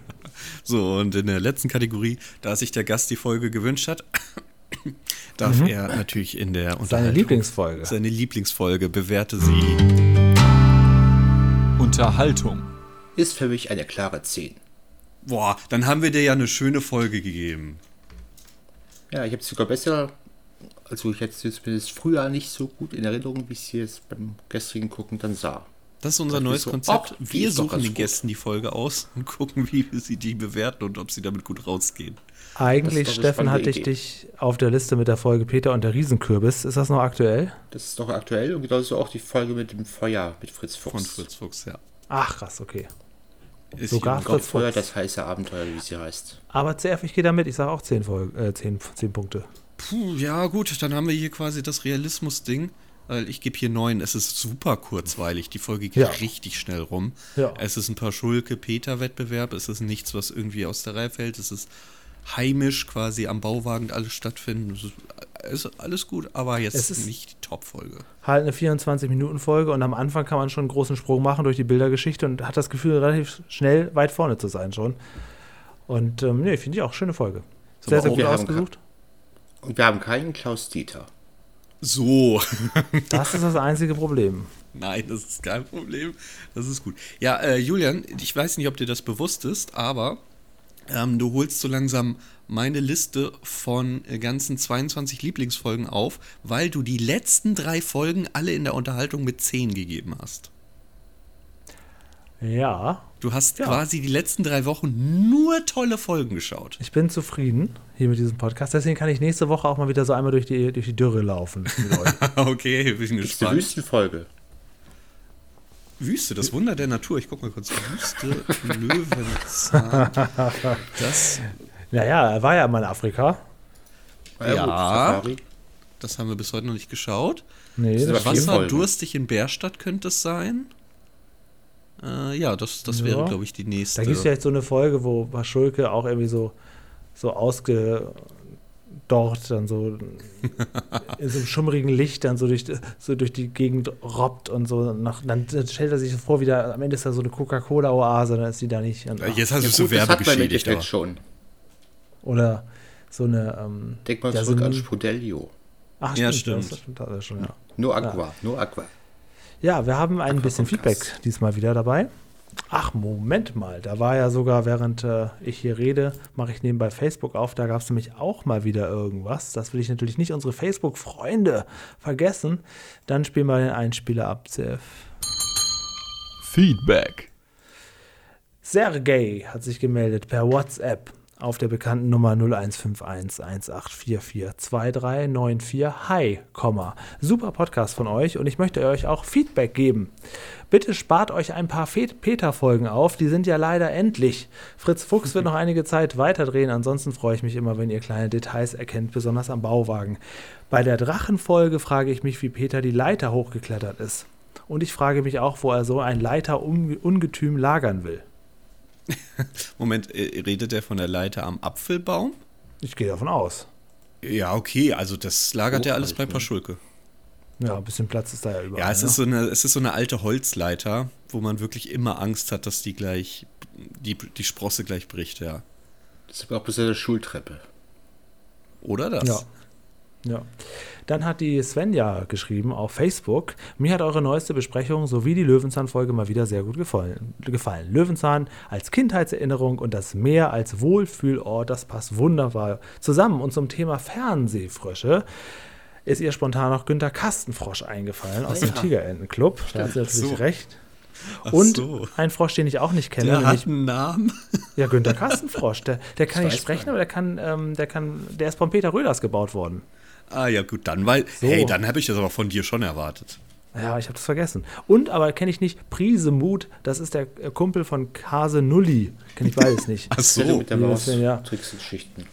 Speaker 2: So, und in der letzten Kategorie, da sich der Gast die Folge gewünscht hat, darf
Speaker 4: Mhm.
Speaker 2: er natürlich in der
Speaker 3: Seine
Speaker 2: Unterhaltung
Speaker 3: Lieblingsfolge.
Speaker 2: seine Lieblingsfolge bewerte sie.
Speaker 1: Unterhaltung.
Speaker 4: Ist für mich eine klare 10.
Speaker 2: Boah, dann haben wir dir ja eine schöne Folge gegeben.
Speaker 4: Ja, ich habe es sogar besser, also ich hätte es zumindest früher nicht so gut in Erinnerung, wie ich es jetzt beim gestrigen Gucken dann sah.
Speaker 2: Das ist unser
Speaker 4: Das
Speaker 2: neues
Speaker 4: ist so,
Speaker 2: Konzept.
Speaker 4: ach, die
Speaker 2: wir
Speaker 4: ist doch
Speaker 2: suchen
Speaker 4: ganz
Speaker 2: den
Speaker 4: gut.
Speaker 2: Gästen die Folge aus und gucken, wie wir sie die bewerten und ob sie damit gut rausgehen.
Speaker 3: Eigentlich,
Speaker 4: Das ist doch eine
Speaker 3: Steffen, hatte ich
Speaker 4: spannende
Speaker 3: dich auf der Liste mit der Folge Peter und der Riesenkürbis. Ist das noch aktuell?
Speaker 4: Das ist doch aktuell und genauso auch die Folge mit dem Feuer mit Fritz Fuchs.
Speaker 2: Von Fritz Fuchs, ja.
Speaker 3: Ach, krass, okay.
Speaker 2: Ist
Speaker 3: Sogar
Speaker 2: hier-
Speaker 4: Gott,
Speaker 3: Fritz
Speaker 4: Feuer,
Speaker 3: Fuchs.
Speaker 4: das heiße Abenteuer, wie sie heißt.
Speaker 3: Aber CF, ich gehe da mit. Ich sage auch 10, Folge, äh, 10, 10 Punkte.
Speaker 2: Puh, ja gut, dann haben wir hier quasi das Realismus-Ding. Weil Ich gebe hier neun. Es ist super kurzweilig. Die Folge geht
Speaker 3: Ja.
Speaker 2: richtig schnell rum.
Speaker 3: Ja.
Speaker 2: Es ist ein paar Schulke-Peter-Wettbewerb. Es ist nichts, was irgendwie aus der Reihe fällt. Es ist heimisch quasi am Bauwagen alles stattfinden. Es ist, ist alles gut, aber jetzt
Speaker 3: Es ist-
Speaker 2: nicht die Top-Folge.
Speaker 3: Halt eine 24-Minuten-Folge und am Anfang kann man schon einen großen Sprung machen durch die Bildergeschichte und hat das Gefühl, relativ schnell weit vorne zu sein schon. Und ähm, nee, finde ich auch schöne Folge. Sehr, sehr
Speaker 4: aber auch
Speaker 3: gut
Speaker 4: wir haben
Speaker 3: ausgesucht.
Speaker 4: Und wir haben keinen Klaus Dieter.
Speaker 2: So.
Speaker 3: Das ist das einzige Problem.
Speaker 2: Nein, das ist kein Problem. Das ist gut. Ja, äh, Julian, ich weiß nicht, ob dir das bewusst ist, aber ähm, du holst so langsam meine Liste von äh, ganzen 22 Lieblingsfolgen auf, weil du die letzten drei Folgen alle in der Unterhaltung mit 10 gegeben hast.
Speaker 3: Ja,
Speaker 2: Du hast
Speaker 3: Ja.
Speaker 2: quasi die letzten drei Wochen nur tolle Folgen geschaut.
Speaker 3: ich bin zufrieden hier mit diesem Podcast. Deswegen kann ich nächste Woche auch mal wieder so einmal durch die, durch die Dürre laufen. Mit euch.
Speaker 2: okay, bin
Speaker 4: Ist die
Speaker 2: gespannt.
Speaker 4: Wüstenfolge.
Speaker 2: Wüste, das Wunder der Natur. Ich guck mal kurz. Wüste, Löwenzahn. Das
Speaker 3: naja, er war ja mal in Afrika.
Speaker 4: Ah, ja.
Speaker 2: Ja.
Speaker 4: Safari.
Speaker 2: Das haben wir bis heute noch nicht geschaut.
Speaker 3: Nee, das
Speaker 4: Das ist aber vier Folgen.
Speaker 2: Wasserdurstig in Bärstadt könnte es sein. Äh, ja, das, das wäre,
Speaker 3: Ja.
Speaker 2: glaube ich, die nächste.
Speaker 3: Da gibt es ja jetzt so eine Folge, wo Schulke auch irgendwie so, so ausgedorrt dann so in so einem schummrigen Licht dann so durch, so durch die Gegend robbt und so. Nach, dann stellt er sich so vor, wie da am Ende ist da so eine Coca-Cola-Oase, dann ist die da nicht. Und,
Speaker 2: Äh, Jetzt hast
Speaker 4: Ja,
Speaker 2: du so
Speaker 4: gut, das hat man im
Speaker 2: werbegeschädigt.
Speaker 4: Endeffekt
Speaker 2: aber-
Speaker 4: schon.
Speaker 3: Oder so eine. Ähm,
Speaker 4: Denk mal
Speaker 3: ja, so
Speaker 4: zurück
Speaker 3: ein-
Speaker 4: an Sprudelio.
Speaker 3: Ach,
Speaker 2: Ja,
Speaker 3: stimmt.
Speaker 2: stimmt.
Speaker 3: Das, stimmt, das ist schon, ja.
Speaker 4: Nur Aqua, nur Aqua.
Speaker 3: ja, wir haben ein bisschen
Speaker 4: Podcast.
Speaker 3: Feedback diesmal wieder dabei. Ach, Moment mal, da war ja sogar, während äh, ich hier rede, mache ich nebenbei Facebook auf, da gab es nämlich auch mal wieder irgendwas. Das will ich natürlich nicht unsere Facebook-Freunde vergessen. Dann spielen wir den Einspieler ab, CF.
Speaker 1: Feedback.
Speaker 3: Sergej hat sich gemeldet per WhatsApp auf der bekannten Nummer 015118442394. Hi, Komma. Super Podcast von euch und ich möchte euch auch Feedback geben. Bitte spart euch ein paar Fet- Peter-Folgen auf, die sind ja leider endlich. Fritz Fuchs wird noch einige Zeit weiterdrehen, ansonsten freue ich mich immer, wenn ihr kleine Details erkennt, besonders am Bauwagen. Bei der Drachenfolge frage ich mich, wie Peter die Leiter hochgeklettert ist. Und ich frage mich auch, wo er so ein Leiter-Ungetüm lagern will.
Speaker 2: Moment, äh, redet er von der Leiter am Apfelbaum?
Speaker 3: Ich gehe davon aus.
Speaker 2: Ja, okay, also das lagert
Speaker 4: Oh,
Speaker 2: er alles bei
Speaker 4: weiß nicht.
Speaker 2: Paschulke.
Speaker 3: Ja, ein bisschen Platz ist da ja überall.
Speaker 2: Ja, es
Speaker 3: ne?
Speaker 2: ist, so eine, es ist so eine alte Holzleiter, wo man wirklich immer Angst hat, dass die gleich, die, die Sprosse gleich bricht, ja.
Speaker 4: Das ist aber auch bloß eine Schultreppe.
Speaker 2: Oder das?
Speaker 3: Ja. Ja. Dann hat die Svenja geschrieben auf Facebook, mir hat eure neueste Besprechung sowie die Löwenzahn-Folge mal wieder sehr gut gefallen. gefallen. Löwenzahn als Kindheitserinnerung und das Meer als Wohlfühlort, das passt wunderbar zusammen. Und zum Thema Fernsehfrösche ist ihr spontan noch Günter Kastenfrosch eingefallen aus dem
Speaker 4: Ja.
Speaker 3: Tigerentenclub. Da hat sie
Speaker 2: Stimmt,
Speaker 3: natürlich
Speaker 2: so.
Speaker 3: recht.
Speaker 2: Ach
Speaker 3: Und
Speaker 2: so.
Speaker 3: ein Frosch, den ich auch nicht kenne,
Speaker 2: Der hat
Speaker 3: nämlich
Speaker 2: einen Namen.
Speaker 3: ja, Günther Kastenfrosch. Der, der kann
Speaker 4: Das
Speaker 3: nicht
Speaker 4: weiß
Speaker 3: sprechen,
Speaker 4: man.
Speaker 3: aber der kann, ähm, der kann, der ist von Peter Röders gebaut worden.
Speaker 2: Ah ja, gut, dann weil. Hey, dann habe ich das aber von dir schon erwartet.
Speaker 3: Ja, ich habe das vergessen. Und aber kenne ich nicht Prise Mut, das ist der äh, Kumpel von Kase Nulli. Kenne ich beides nicht.
Speaker 2: Ach
Speaker 4: Zettel
Speaker 2: so.
Speaker 4: mit der
Speaker 3: Ja,
Speaker 4: Maus
Speaker 3: Sven, ja.
Speaker 4: trickst und Schichten.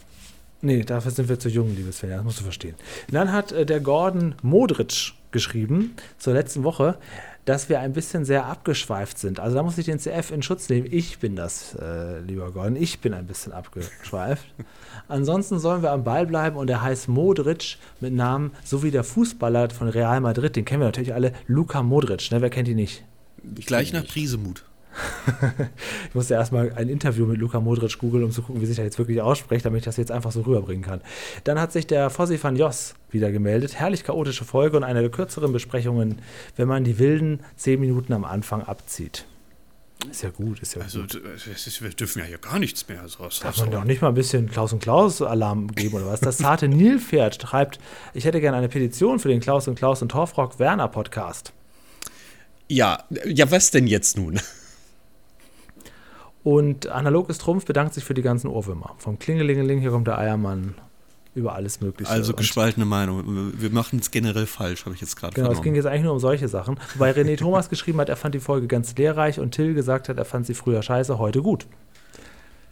Speaker 3: Nee, dafür sind wir zu jung, liebes Sven, das musst du verstehen. Und dann hat äh, der Gordon Modric geschrieben zur letzten Woche, dass wir ein bisschen sehr abgeschweift sind. Also da muss ich den CF in Schutz nehmen. Ich bin das, äh, lieber Gordon, ich bin ein bisschen abgeschweift. Ansonsten sollen wir am Ball bleiben und er heißt Modric mit Namen, so wie der Fußballer von Real Madrid, den kennen wir natürlich alle, Luka Modric, ne? wer kennt ihn nicht?
Speaker 2: Gleich nach Prisemut.
Speaker 3: Ich musste erstmal ein Interview mit Luka Modric googeln, um zu gucken, wie sich das jetzt wirklich ausspricht, damit ich das jetzt einfach so rüberbringen kann. Dann hat sich der Fossi van Jos wieder gemeldet. Herrlich chaotische Folge und eine der kürzeren Besprechungen, wenn man die wilden 10 Minuten am Anfang abzieht. Ist ja gut, ist ja
Speaker 2: Also,
Speaker 3: gut.
Speaker 2: d- es ist- wir dürfen ja hier gar nichts mehr. So, so,
Speaker 3: Darf man
Speaker 2: so.
Speaker 3: doch nicht mal ein bisschen Klaus und Klaus Alarm geben oder was? Das zarte Nilpferd schreibt, ich hätte gerne eine Petition für den Klaus und Klaus und Torfrock Werner Podcast.
Speaker 2: Ja, ja, was denn jetzt nun?
Speaker 3: Und analoges Trumpf bedankt sich für die ganzen Ohrwürmer. Vom Klingelingeling, hier kommt der Eiermann, über alles Mögliche.
Speaker 2: Also
Speaker 3: Und-
Speaker 2: gespaltene Meinung. Wir machen es generell falsch, habe ich jetzt gerade
Speaker 3: Genau, es ging
Speaker 2: vernommen.
Speaker 3: jetzt eigentlich nur um solche Sachen. Wobei René Thomas geschrieben hat, er fand die Folge ganz lehrreich und Till gesagt hat, er fand sie früher scheiße, heute gut.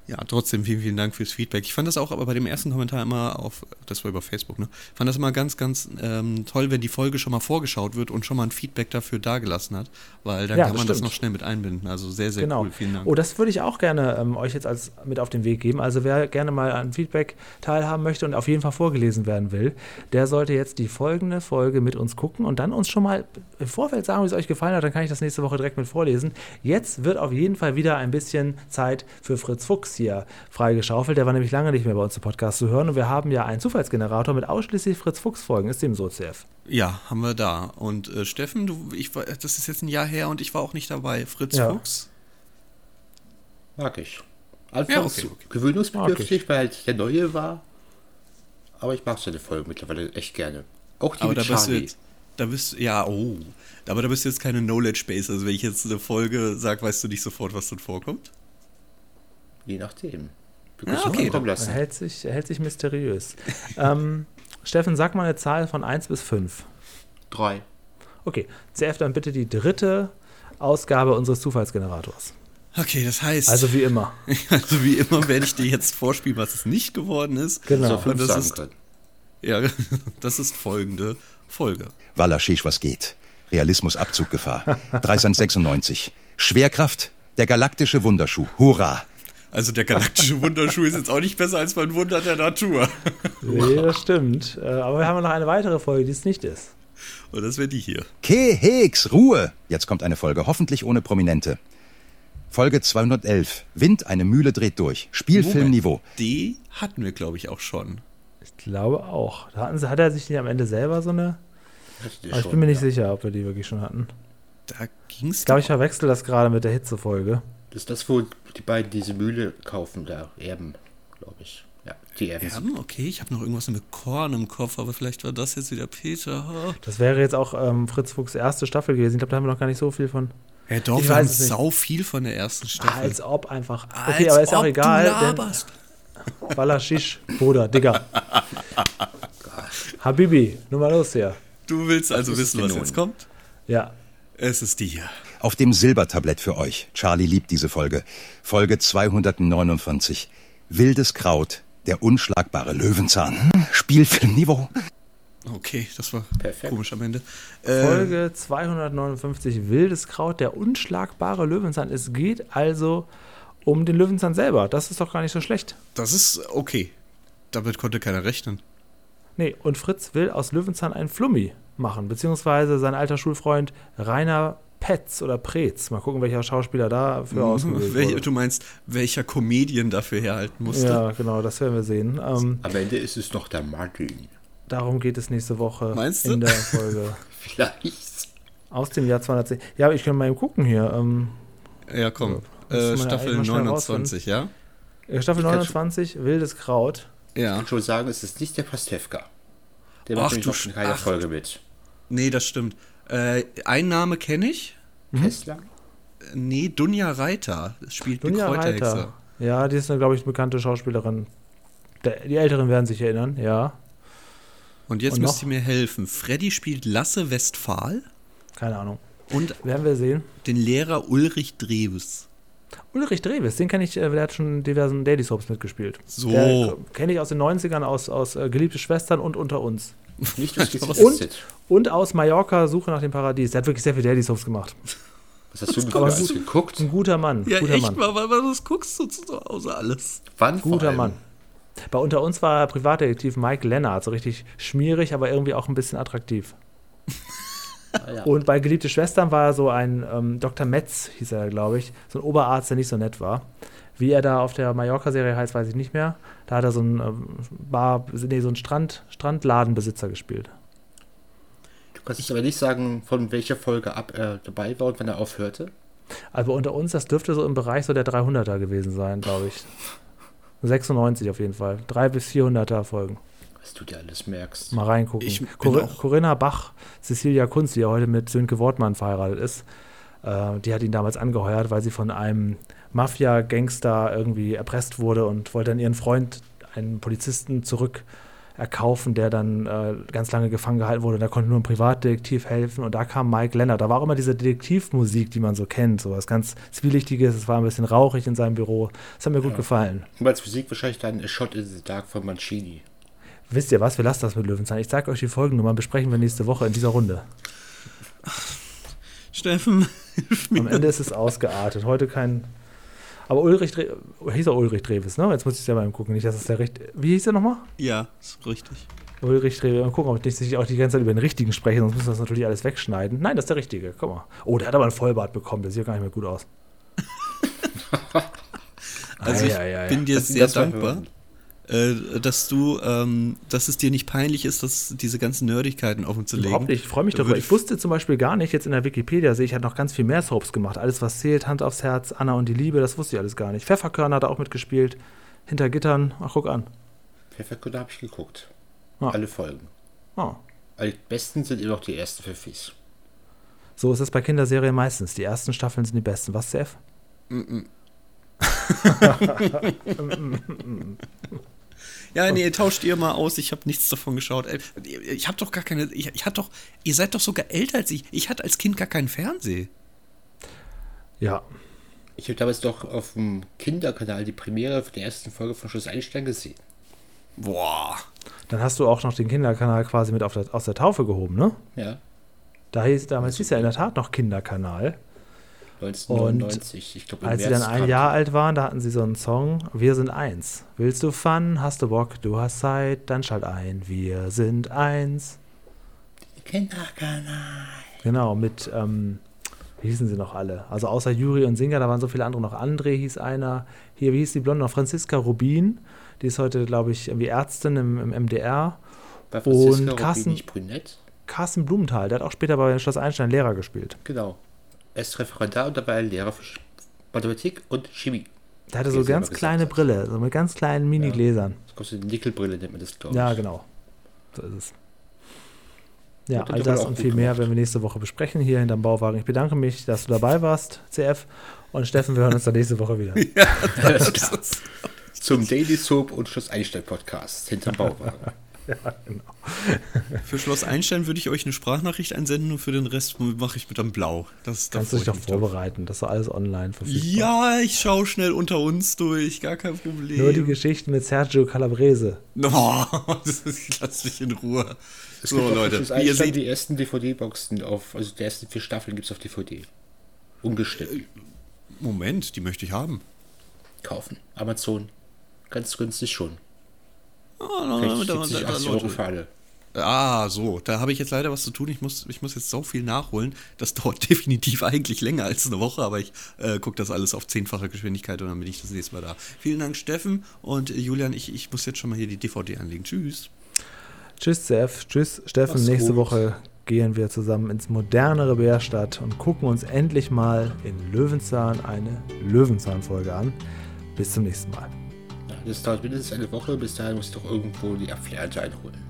Speaker 2: Ja, trotzdem vielen, vielen Dank fürs Feedback. Ich fand das auch aber bei dem ersten Kommentar immer auf, das war über Facebook, ne? Fand das immer ganz, ganz ähm, toll, wenn die Folge schon mal vorgeschaut wird und schon mal ein Feedback dafür dagelassen hat, weil dann
Speaker 3: Ja,
Speaker 2: kann
Speaker 3: das
Speaker 2: man das
Speaker 3: stimmt.
Speaker 2: noch schnell mit einbinden. Also sehr, sehr
Speaker 3: genau.
Speaker 2: cool. Vielen Dank.
Speaker 3: Oh, das würde ich auch gerne ähm, euch jetzt als mit auf den Weg geben. Also wer gerne mal an Feedback teilhaben möchte und auf jeden Fall vorgelesen werden will, der sollte jetzt die folgende Folge mit uns gucken und dann uns schon mal im Vorfeld sagen, wie es euch gefallen hat. Dann kann ich das nächste Woche direkt mit vorlesen. Jetzt wird auf jeden Fall wieder ein bisschen Zeit für Fritz Fuchs hier freigeschaufelt. Der war nämlich lange nicht mehr bei uns im Podcast zu hören und wir haben ja einen Zufallsgenerator mit ausschließlich Fritz Fuchs Folgen. Ist dem so, CF?
Speaker 2: Ja, haben wir da. Und äh, Steffen, du, ich war, das ist jetzt ein Jahr her und ich war auch nicht dabei. Fritz
Speaker 3: Ja.
Speaker 2: Fuchs?
Speaker 4: Mag ich.
Speaker 2: Ja,
Speaker 4: Anfangs
Speaker 2: okay, okay.
Speaker 4: gewöhnungsbedürftig, weil halt der Neue war. Aber ich mag seine Folgen mittlerweile echt gerne. Auch die
Speaker 2: Aber da
Speaker 4: mit
Speaker 2: bist du
Speaker 4: Charlie.
Speaker 2: jetzt, da bist ja, oh. Aber da bist du jetzt keine Knowledge Base. Also wenn ich jetzt eine Folge sage, weißt du nicht sofort, was dann vorkommt.
Speaker 4: Je nachdem. Wir
Speaker 2: Ah,
Speaker 4: können es
Speaker 2: okay,
Speaker 4: okay, kommen
Speaker 3: Er
Speaker 4: lassen.
Speaker 3: hält sich, er hält sich mysteriös. ähm, Steffen, sag mal eine Zahl von 1 bis 5.
Speaker 4: Drei.
Speaker 3: Okay, CF dann bitte die dritte Ausgabe unseres Zufallsgenerators.
Speaker 2: Okay, das heißt, also,
Speaker 3: Also wie immer.
Speaker 2: wie immer werde ich dir jetzt vorspielen, was es nicht geworden ist.
Speaker 4: So
Speaker 3: Genau.
Speaker 4: fünf
Speaker 2: das
Speaker 4: sagen
Speaker 2: ist-
Speaker 4: können.
Speaker 2: Ja, das ist folgende Folge.
Speaker 6: Walaschisch, was geht? Realismus Abzuggefahr. 396. Schwerkraft, der galaktische Wunderschuh. Hurra!
Speaker 2: Also der galaktische Wunderschuh ist jetzt auch nicht besser als mein Wunder der Natur.
Speaker 3: Nee, das stimmt. Äh, Aber wir haben noch eine weitere Folge, die es nicht ist.
Speaker 2: Und das wäre die hier.
Speaker 6: Kehex, Ruhe! Jetzt kommt eine Folge, hoffentlich ohne Prominente. Folge 211. Wind, eine Mühle dreht durch. Spielfilmniveau.
Speaker 2: Die hatten wir, glaube ich, auch schon.
Speaker 3: Ich glaube auch. Da hatten sie, hat er sich nicht am Ende selber so eine?
Speaker 4: Hatte
Speaker 3: Aber ich
Speaker 4: schon,
Speaker 3: bin mir nicht
Speaker 4: ja.
Speaker 3: sicher, ob wir die wirklich schon hatten.
Speaker 2: Da ging es
Speaker 3: Ich glaube, ich verwechsel das gerade mit der Hitzefolge.
Speaker 4: Das ist das, wo die beiden diese Mühle kaufen, da Erben, glaube ich. Ja, die Erben.
Speaker 2: Erben, okay, ich habe noch irgendwas mit Korn im Kopf, aber vielleicht war das jetzt wieder Peter. Oh.
Speaker 3: Das wäre jetzt auch ähm, Fritz Fuchs erste Staffel gewesen. Ich glaube, da haben wir noch gar nicht so viel von.
Speaker 2: Ja, doch,
Speaker 3: Ich
Speaker 2: wir
Speaker 3: weiß
Speaker 2: haben
Speaker 3: es nicht.
Speaker 2: sau viel von der ersten Staffel.
Speaker 3: Als ob einfach.
Speaker 2: Als
Speaker 3: Okay, aber ist auch
Speaker 2: ob
Speaker 3: egal.
Speaker 2: Du
Speaker 3: denn-
Speaker 2: laberst.
Speaker 3: Balaschisch, Bruder, Digga. Habibi, nun mal los hier.
Speaker 2: Du willst also
Speaker 4: ist
Speaker 2: wissen,
Speaker 4: denn
Speaker 2: was
Speaker 4: nun?
Speaker 2: jetzt kommt?
Speaker 3: Ja,
Speaker 2: Es ist die hier.
Speaker 6: Auf dem Silbertablett für euch. Charlie liebt diese Folge. Folge 249. Wildes Kraut, der unschlagbare Löwenzahn. Hm, Spielfilmniveau.
Speaker 2: Okay, das war
Speaker 4: Perfekt.
Speaker 2: komisch am Ende. Äh,
Speaker 3: Folge 259, Wildes Kraut, der unschlagbare Löwenzahn. Es geht also um den Löwenzahn selber. Das ist doch gar nicht so schlecht.
Speaker 2: das ist okay. Damit konnte keiner rechnen.
Speaker 3: Nee, und Fritz will aus Löwenzahn einen Flummi machen, beziehungsweise sein alter Schulfreund Rainer Petz oder Pretz. Mal gucken, welcher Schauspieler
Speaker 2: Mhm,
Speaker 3: dafür ausgewählt
Speaker 2: Wel
Speaker 3: wurde.
Speaker 2: du meinst, welcher Comedian dafür herhalten musste?
Speaker 3: Ja, genau, das werden wir sehen. Ähm,
Speaker 4: Am Ende ist es noch der Martin.
Speaker 3: darum geht es nächste Woche
Speaker 2: Meinst du?
Speaker 3: in der Folge.
Speaker 4: Vielleicht.
Speaker 3: Aus dem Jahr 210. Ja, aber ich kann mal eben gucken hier. Ähm,
Speaker 2: Ja, komm.
Speaker 3: Das
Speaker 2: Äh,
Speaker 3: muss man ja
Speaker 2: Staffel
Speaker 3: eigentlich mal schnell
Speaker 2: 29, ja?
Speaker 3: äh, Staffel
Speaker 4: kann
Speaker 3: 29, Wildes Kraut.
Speaker 2: Ja.
Speaker 4: Ich schon sagen, es ist nicht der Pastewka. Der
Speaker 2: Ach,
Speaker 4: macht nämlich
Speaker 2: du
Speaker 4: noch in keiner
Speaker 2: Sch- ach.
Speaker 4: Folge mit.
Speaker 3: Mhm.
Speaker 2: Nee, das stimmt. Äh, ein Name kenne ich.
Speaker 4: Tesla?
Speaker 2: nee, Dunja Reiter das spielt
Speaker 3: Dunja
Speaker 2: eine Kräuterhexe.
Speaker 3: Reiter. Ja, die ist, glaube ich, eine bekannte Schauspielerin. Der, die Älteren werden sich erinnern, ja.
Speaker 2: Und jetzt
Speaker 3: Und
Speaker 2: müsst
Speaker 3: noch?
Speaker 2: ihr mir helfen. Freddy spielt Lasse Westphal
Speaker 3: Keine Ahnung.
Speaker 2: und
Speaker 3: Werden wir sehen.
Speaker 2: den Lehrer Ulrich Dreves.
Speaker 3: Ulrich Dreves, den kenne ich, äh, der hat schon in diversen Daily Soaps mitgespielt.
Speaker 2: So.
Speaker 3: Der kenne ich aus den 90ern, aus, aus äh, Geliebte Schwestern und Unter uns.
Speaker 4: Nicht aus GZSZ.
Speaker 3: Und? Und aus Mallorca, Suche nach dem Paradies. Der hat wirklich sehr viel Daily Soaps gemacht.
Speaker 4: Was hast du denn alles
Speaker 3: gut.
Speaker 4: geguckt?
Speaker 3: Ein guter Mann.
Speaker 2: Ja,
Speaker 3: guter
Speaker 2: echt
Speaker 3: Mann.
Speaker 2: mal, weil weil du das guckst du zu Hause alles.
Speaker 4: Wann vor
Speaker 3: Guter
Speaker 4: allem?
Speaker 3: Mann. Bei Unter uns war Privatdetektiv Mike Lennart, so richtig schmierig, aber irgendwie auch ein bisschen attraktiv.
Speaker 4: Ah, ja.
Speaker 3: Und bei Geliebte Schwestern war er so ein ähm, Dr. Metz, hieß er, glaube ich. So ein Oberarzt, der nicht so nett war. Wie er da auf der Mallorca-Serie heißt, weiß ich nicht mehr. Da hat er so einen, ähm, Bar, nee, so einen Strand, Strandladenbesitzer gespielt.
Speaker 4: Du kannst jetzt aber nicht sagen, von welcher Folge ab er dabei war und wann er aufhörte.
Speaker 3: Also unter uns, das dürfte so im Bereich so der 300er gewesen sein, glaube ich. 96 auf jeden Fall. 3 bis 400er Folgen.
Speaker 4: Was du dir alles merkst.
Speaker 3: Mal reingucken.
Speaker 2: Ich bin
Speaker 3: Cori-
Speaker 2: auch-
Speaker 3: Corinna Bach, Cecilia Kunz, die ja heute mit Sönke Wortmann verheiratet ist, äh, die hat ihn damals angeheuert, weil sie von einem Mafia-Gangster irgendwie erpresst wurde und wollte dann ihren Freund, einen Polizisten, zurück erkaufen, der dann äh, ganz lange gefangen gehalten wurde. Und da konnte nur ein Privatdetektiv helfen. Und da kam Mike Lennart. Da war auch immer diese Detektivmusik, die man so kennt. So was ganz Zwielichtiges. Es war ein bisschen rauchig in seinem Büro. Das hat mir gut gefallen.
Speaker 4: Du meinst Physik wahrscheinlich dann A Shot in the Dark von Mancini.
Speaker 3: Wisst ihr was? Wir lassen das mit Löwenzahn. Ich zeige euch die Folgennummer. Besprechen wir nächste Woche in dieser Runde.
Speaker 2: Steffen, hilf mir.
Speaker 3: Am Ende ist es ausgeartet. Heute kein. Aber Ulrich Dre hieß er Ulrich Dreves, ne? Jetzt muss ich selber mal gucken, nicht, dass es der richtige. Wie hieß er nochmal?
Speaker 2: Ja, ist richtig.
Speaker 3: Ulrich Dreves. Mal gucken, ob ich nicht sich auch die ganze Zeit über den richtigen spreche, sonst müssen wir das natürlich alles wegschneiden. Nein, das ist der richtige. Guck mal. Oh, der hat aber einen Vollbart bekommen, der sieht gar nicht mehr gut aus.
Speaker 2: Also ich
Speaker 3: Ah, ja, ja, ja.
Speaker 2: bin dir
Speaker 4: Das-
Speaker 2: sehr
Speaker 4: das war
Speaker 2: dankbar, äh, dass du, ähm, dass es dir nicht peinlich ist, dass diese ganzen Nerdigkeiten offen zu legen.
Speaker 3: Überhaupt nicht, ich freue mich
Speaker 2: Da
Speaker 3: darüber.
Speaker 2: würde
Speaker 3: Ich wusste zum Beispiel gar nicht, jetzt in der Wikipedia sehe ich, hat noch ganz viel mehr Soaps gemacht. Alles, was zählt, Hand aufs Herz, Anna und die Liebe, das wusste ich alles gar nicht. Pfefferkörner hat er auch mitgespielt. Hinter Gittern, ach, guck an.
Speaker 4: Pfefferkörner habe ich geguckt.
Speaker 3: Ah.
Speaker 4: Alle Folgen.
Speaker 3: Ah.
Speaker 4: Am besten sind immer noch die ersten Pfiffis.
Speaker 3: So ist es bei Kinderserien meistens. Die ersten Staffeln sind die besten. Was, CF?
Speaker 2: Ja, nee, tauscht ihr mal aus, ich habe nichts davon geschaut. Ey, Ich habe doch gar keine, ich, ich hab doch, ihr seid doch sogar älter als ich. Ich hatte als Kind gar keinen Fernseher.
Speaker 3: Ja,
Speaker 4: Ich habe damals doch auf dem Kinderkanal die Premiere der ersten Folge von Schloss Einstein gesehen.
Speaker 2: Boah.
Speaker 3: Dann hast du auch noch den Kinderkanal quasi mit auf der, aus der Taufe gehoben, ne?
Speaker 4: Ja.
Speaker 3: Da hieß, damals hieß er in der Tat noch Kinderkanal.
Speaker 4: 1999. ich glaube, im
Speaker 3: Als sie
Speaker 4: März
Speaker 3: dann ein
Speaker 4: kam
Speaker 3: Jahr alt waren, da hatten sie so einen Song, Wir sind eins. Willst du Fun, hast du Bock, du hast Zeit, dann schalt ein, wir sind eins.
Speaker 4: der Kinderkanal.
Speaker 3: Genau, mit, ähm, wie hießen sie noch alle? Also außer Juri und Singer, da waren so viele andere noch. André hieß einer, hier, wie hieß die Blonde noch? Franziska Rubin, die ist heute, glaube ich, irgendwie Ärztin im, im MDR.
Speaker 4: Bei Franziska Rubin
Speaker 3: Carsten-
Speaker 4: nicht brünett.
Speaker 3: Carsten Blumenthal, der hat auch später bei Schloss Einstein Lehrer gespielt.
Speaker 4: Genau. Er ist Referendar und dabei Lehrer für Sch- Mathematik und Chemie.
Speaker 3: Der hatte
Speaker 4: Wie
Speaker 3: so
Speaker 4: er selber
Speaker 3: ganz
Speaker 4: gesagt
Speaker 3: kleine
Speaker 4: hat.
Speaker 3: Brille, so mit ganz kleinen Mini-Gläsern.
Speaker 4: Das kostet eine Nickelbrille, nennt man das, glaube
Speaker 3: Ja.
Speaker 4: ich.
Speaker 3: genau. So ist es. Ja,
Speaker 4: Hat er
Speaker 3: all
Speaker 4: doch
Speaker 3: das
Speaker 4: auch
Speaker 3: und
Speaker 4: gut
Speaker 3: viel mehr
Speaker 4: gemacht.
Speaker 3: werden wir nächste Woche besprechen hier hinterm Bauwagen. Ich bedanke mich, dass du dabei warst, CF. Und Steffen, wir hören uns dann nächste Woche wieder.
Speaker 4: Alles klar. Zum Daily Soap und Schluss Einstein Podcast hinterm Bauwagen.
Speaker 2: Für Schloss Einstein würde ich euch eine Sprachnachricht einsenden und für den Rest mache ich mit einem Blau. Das, da
Speaker 3: Kannst du dich
Speaker 2: freu
Speaker 3: doch
Speaker 2: ich mich drauf.
Speaker 3: vorbereiten, das ist doch alles online verfügbar.
Speaker 2: Ja, ich schaue schnell unter uns durch, gar kein Problem.
Speaker 3: Nur die Geschichten mit Sergio Calabrese.
Speaker 2: Oh, das ist, lass mich in Ruhe.
Speaker 4: Es
Speaker 2: So,
Speaker 4: gibt auch von
Speaker 2: Leute,
Speaker 4: Schloss
Speaker 2: wie ihr
Speaker 4: Einstein
Speaker 2: seht,
Speaker 4: die ersten DVD-Boxen auf, also die ersten vier Staffeln gibt es auf DVD. Ungeschnitten.
Speaker 2: Äh. Moment, die möchte ich haben.
Speaker 4: Kaufen. Amazon. Ganz günstig schon.
Speaker 2: Oh, da-
Speaker 4: Vielleicht
Speaker 2: da- da-
Speaker 4: 70,
Speaker 2: da-
Speaker 4: 80
Speaker 2: Leute.
Speaker 4: Euro für alle.
Speaker 2: Ah, so, da habe ich jetzt leider was zu tun. Ich muss, ich muss jetzt so viel nachholen. Das dauert definitiv eigentlich länger als eine Woche, aber ich äh, gucke das alles auf zehnfacher Geschwindigkeit und dann bin ich das nächste Mal da. Vielen Dank, Steffen und äh, Julian. Ich, ich muss jetzt schon mal hier die DVD anlegen. Tschüss.
Speaker 3: Tschüss, CF. Tschüss, Steffen.
Speaker 4: Mach's
Speaker 3: nächste
Speaker 4: gut.
Speaker 3: Woche gehen wir zusammen ins modernere Bärstadt und gucken uns endlich mal in Löwenzahn eine Löwenzahn-Folge an. Bis zum nächsten Mal.
Speaker 4: Das dauert mindestens eine Woche. Bis dahin muss ich doch irgendwo die Apfelernte einholen.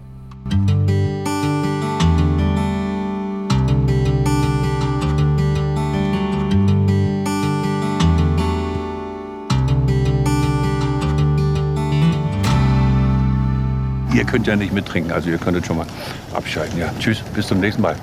Speaker 7: könnt ja nicht mittrinken, also ihr könntet schon mal abschalten. Ja, tschüss, bis zum nächsten Mal.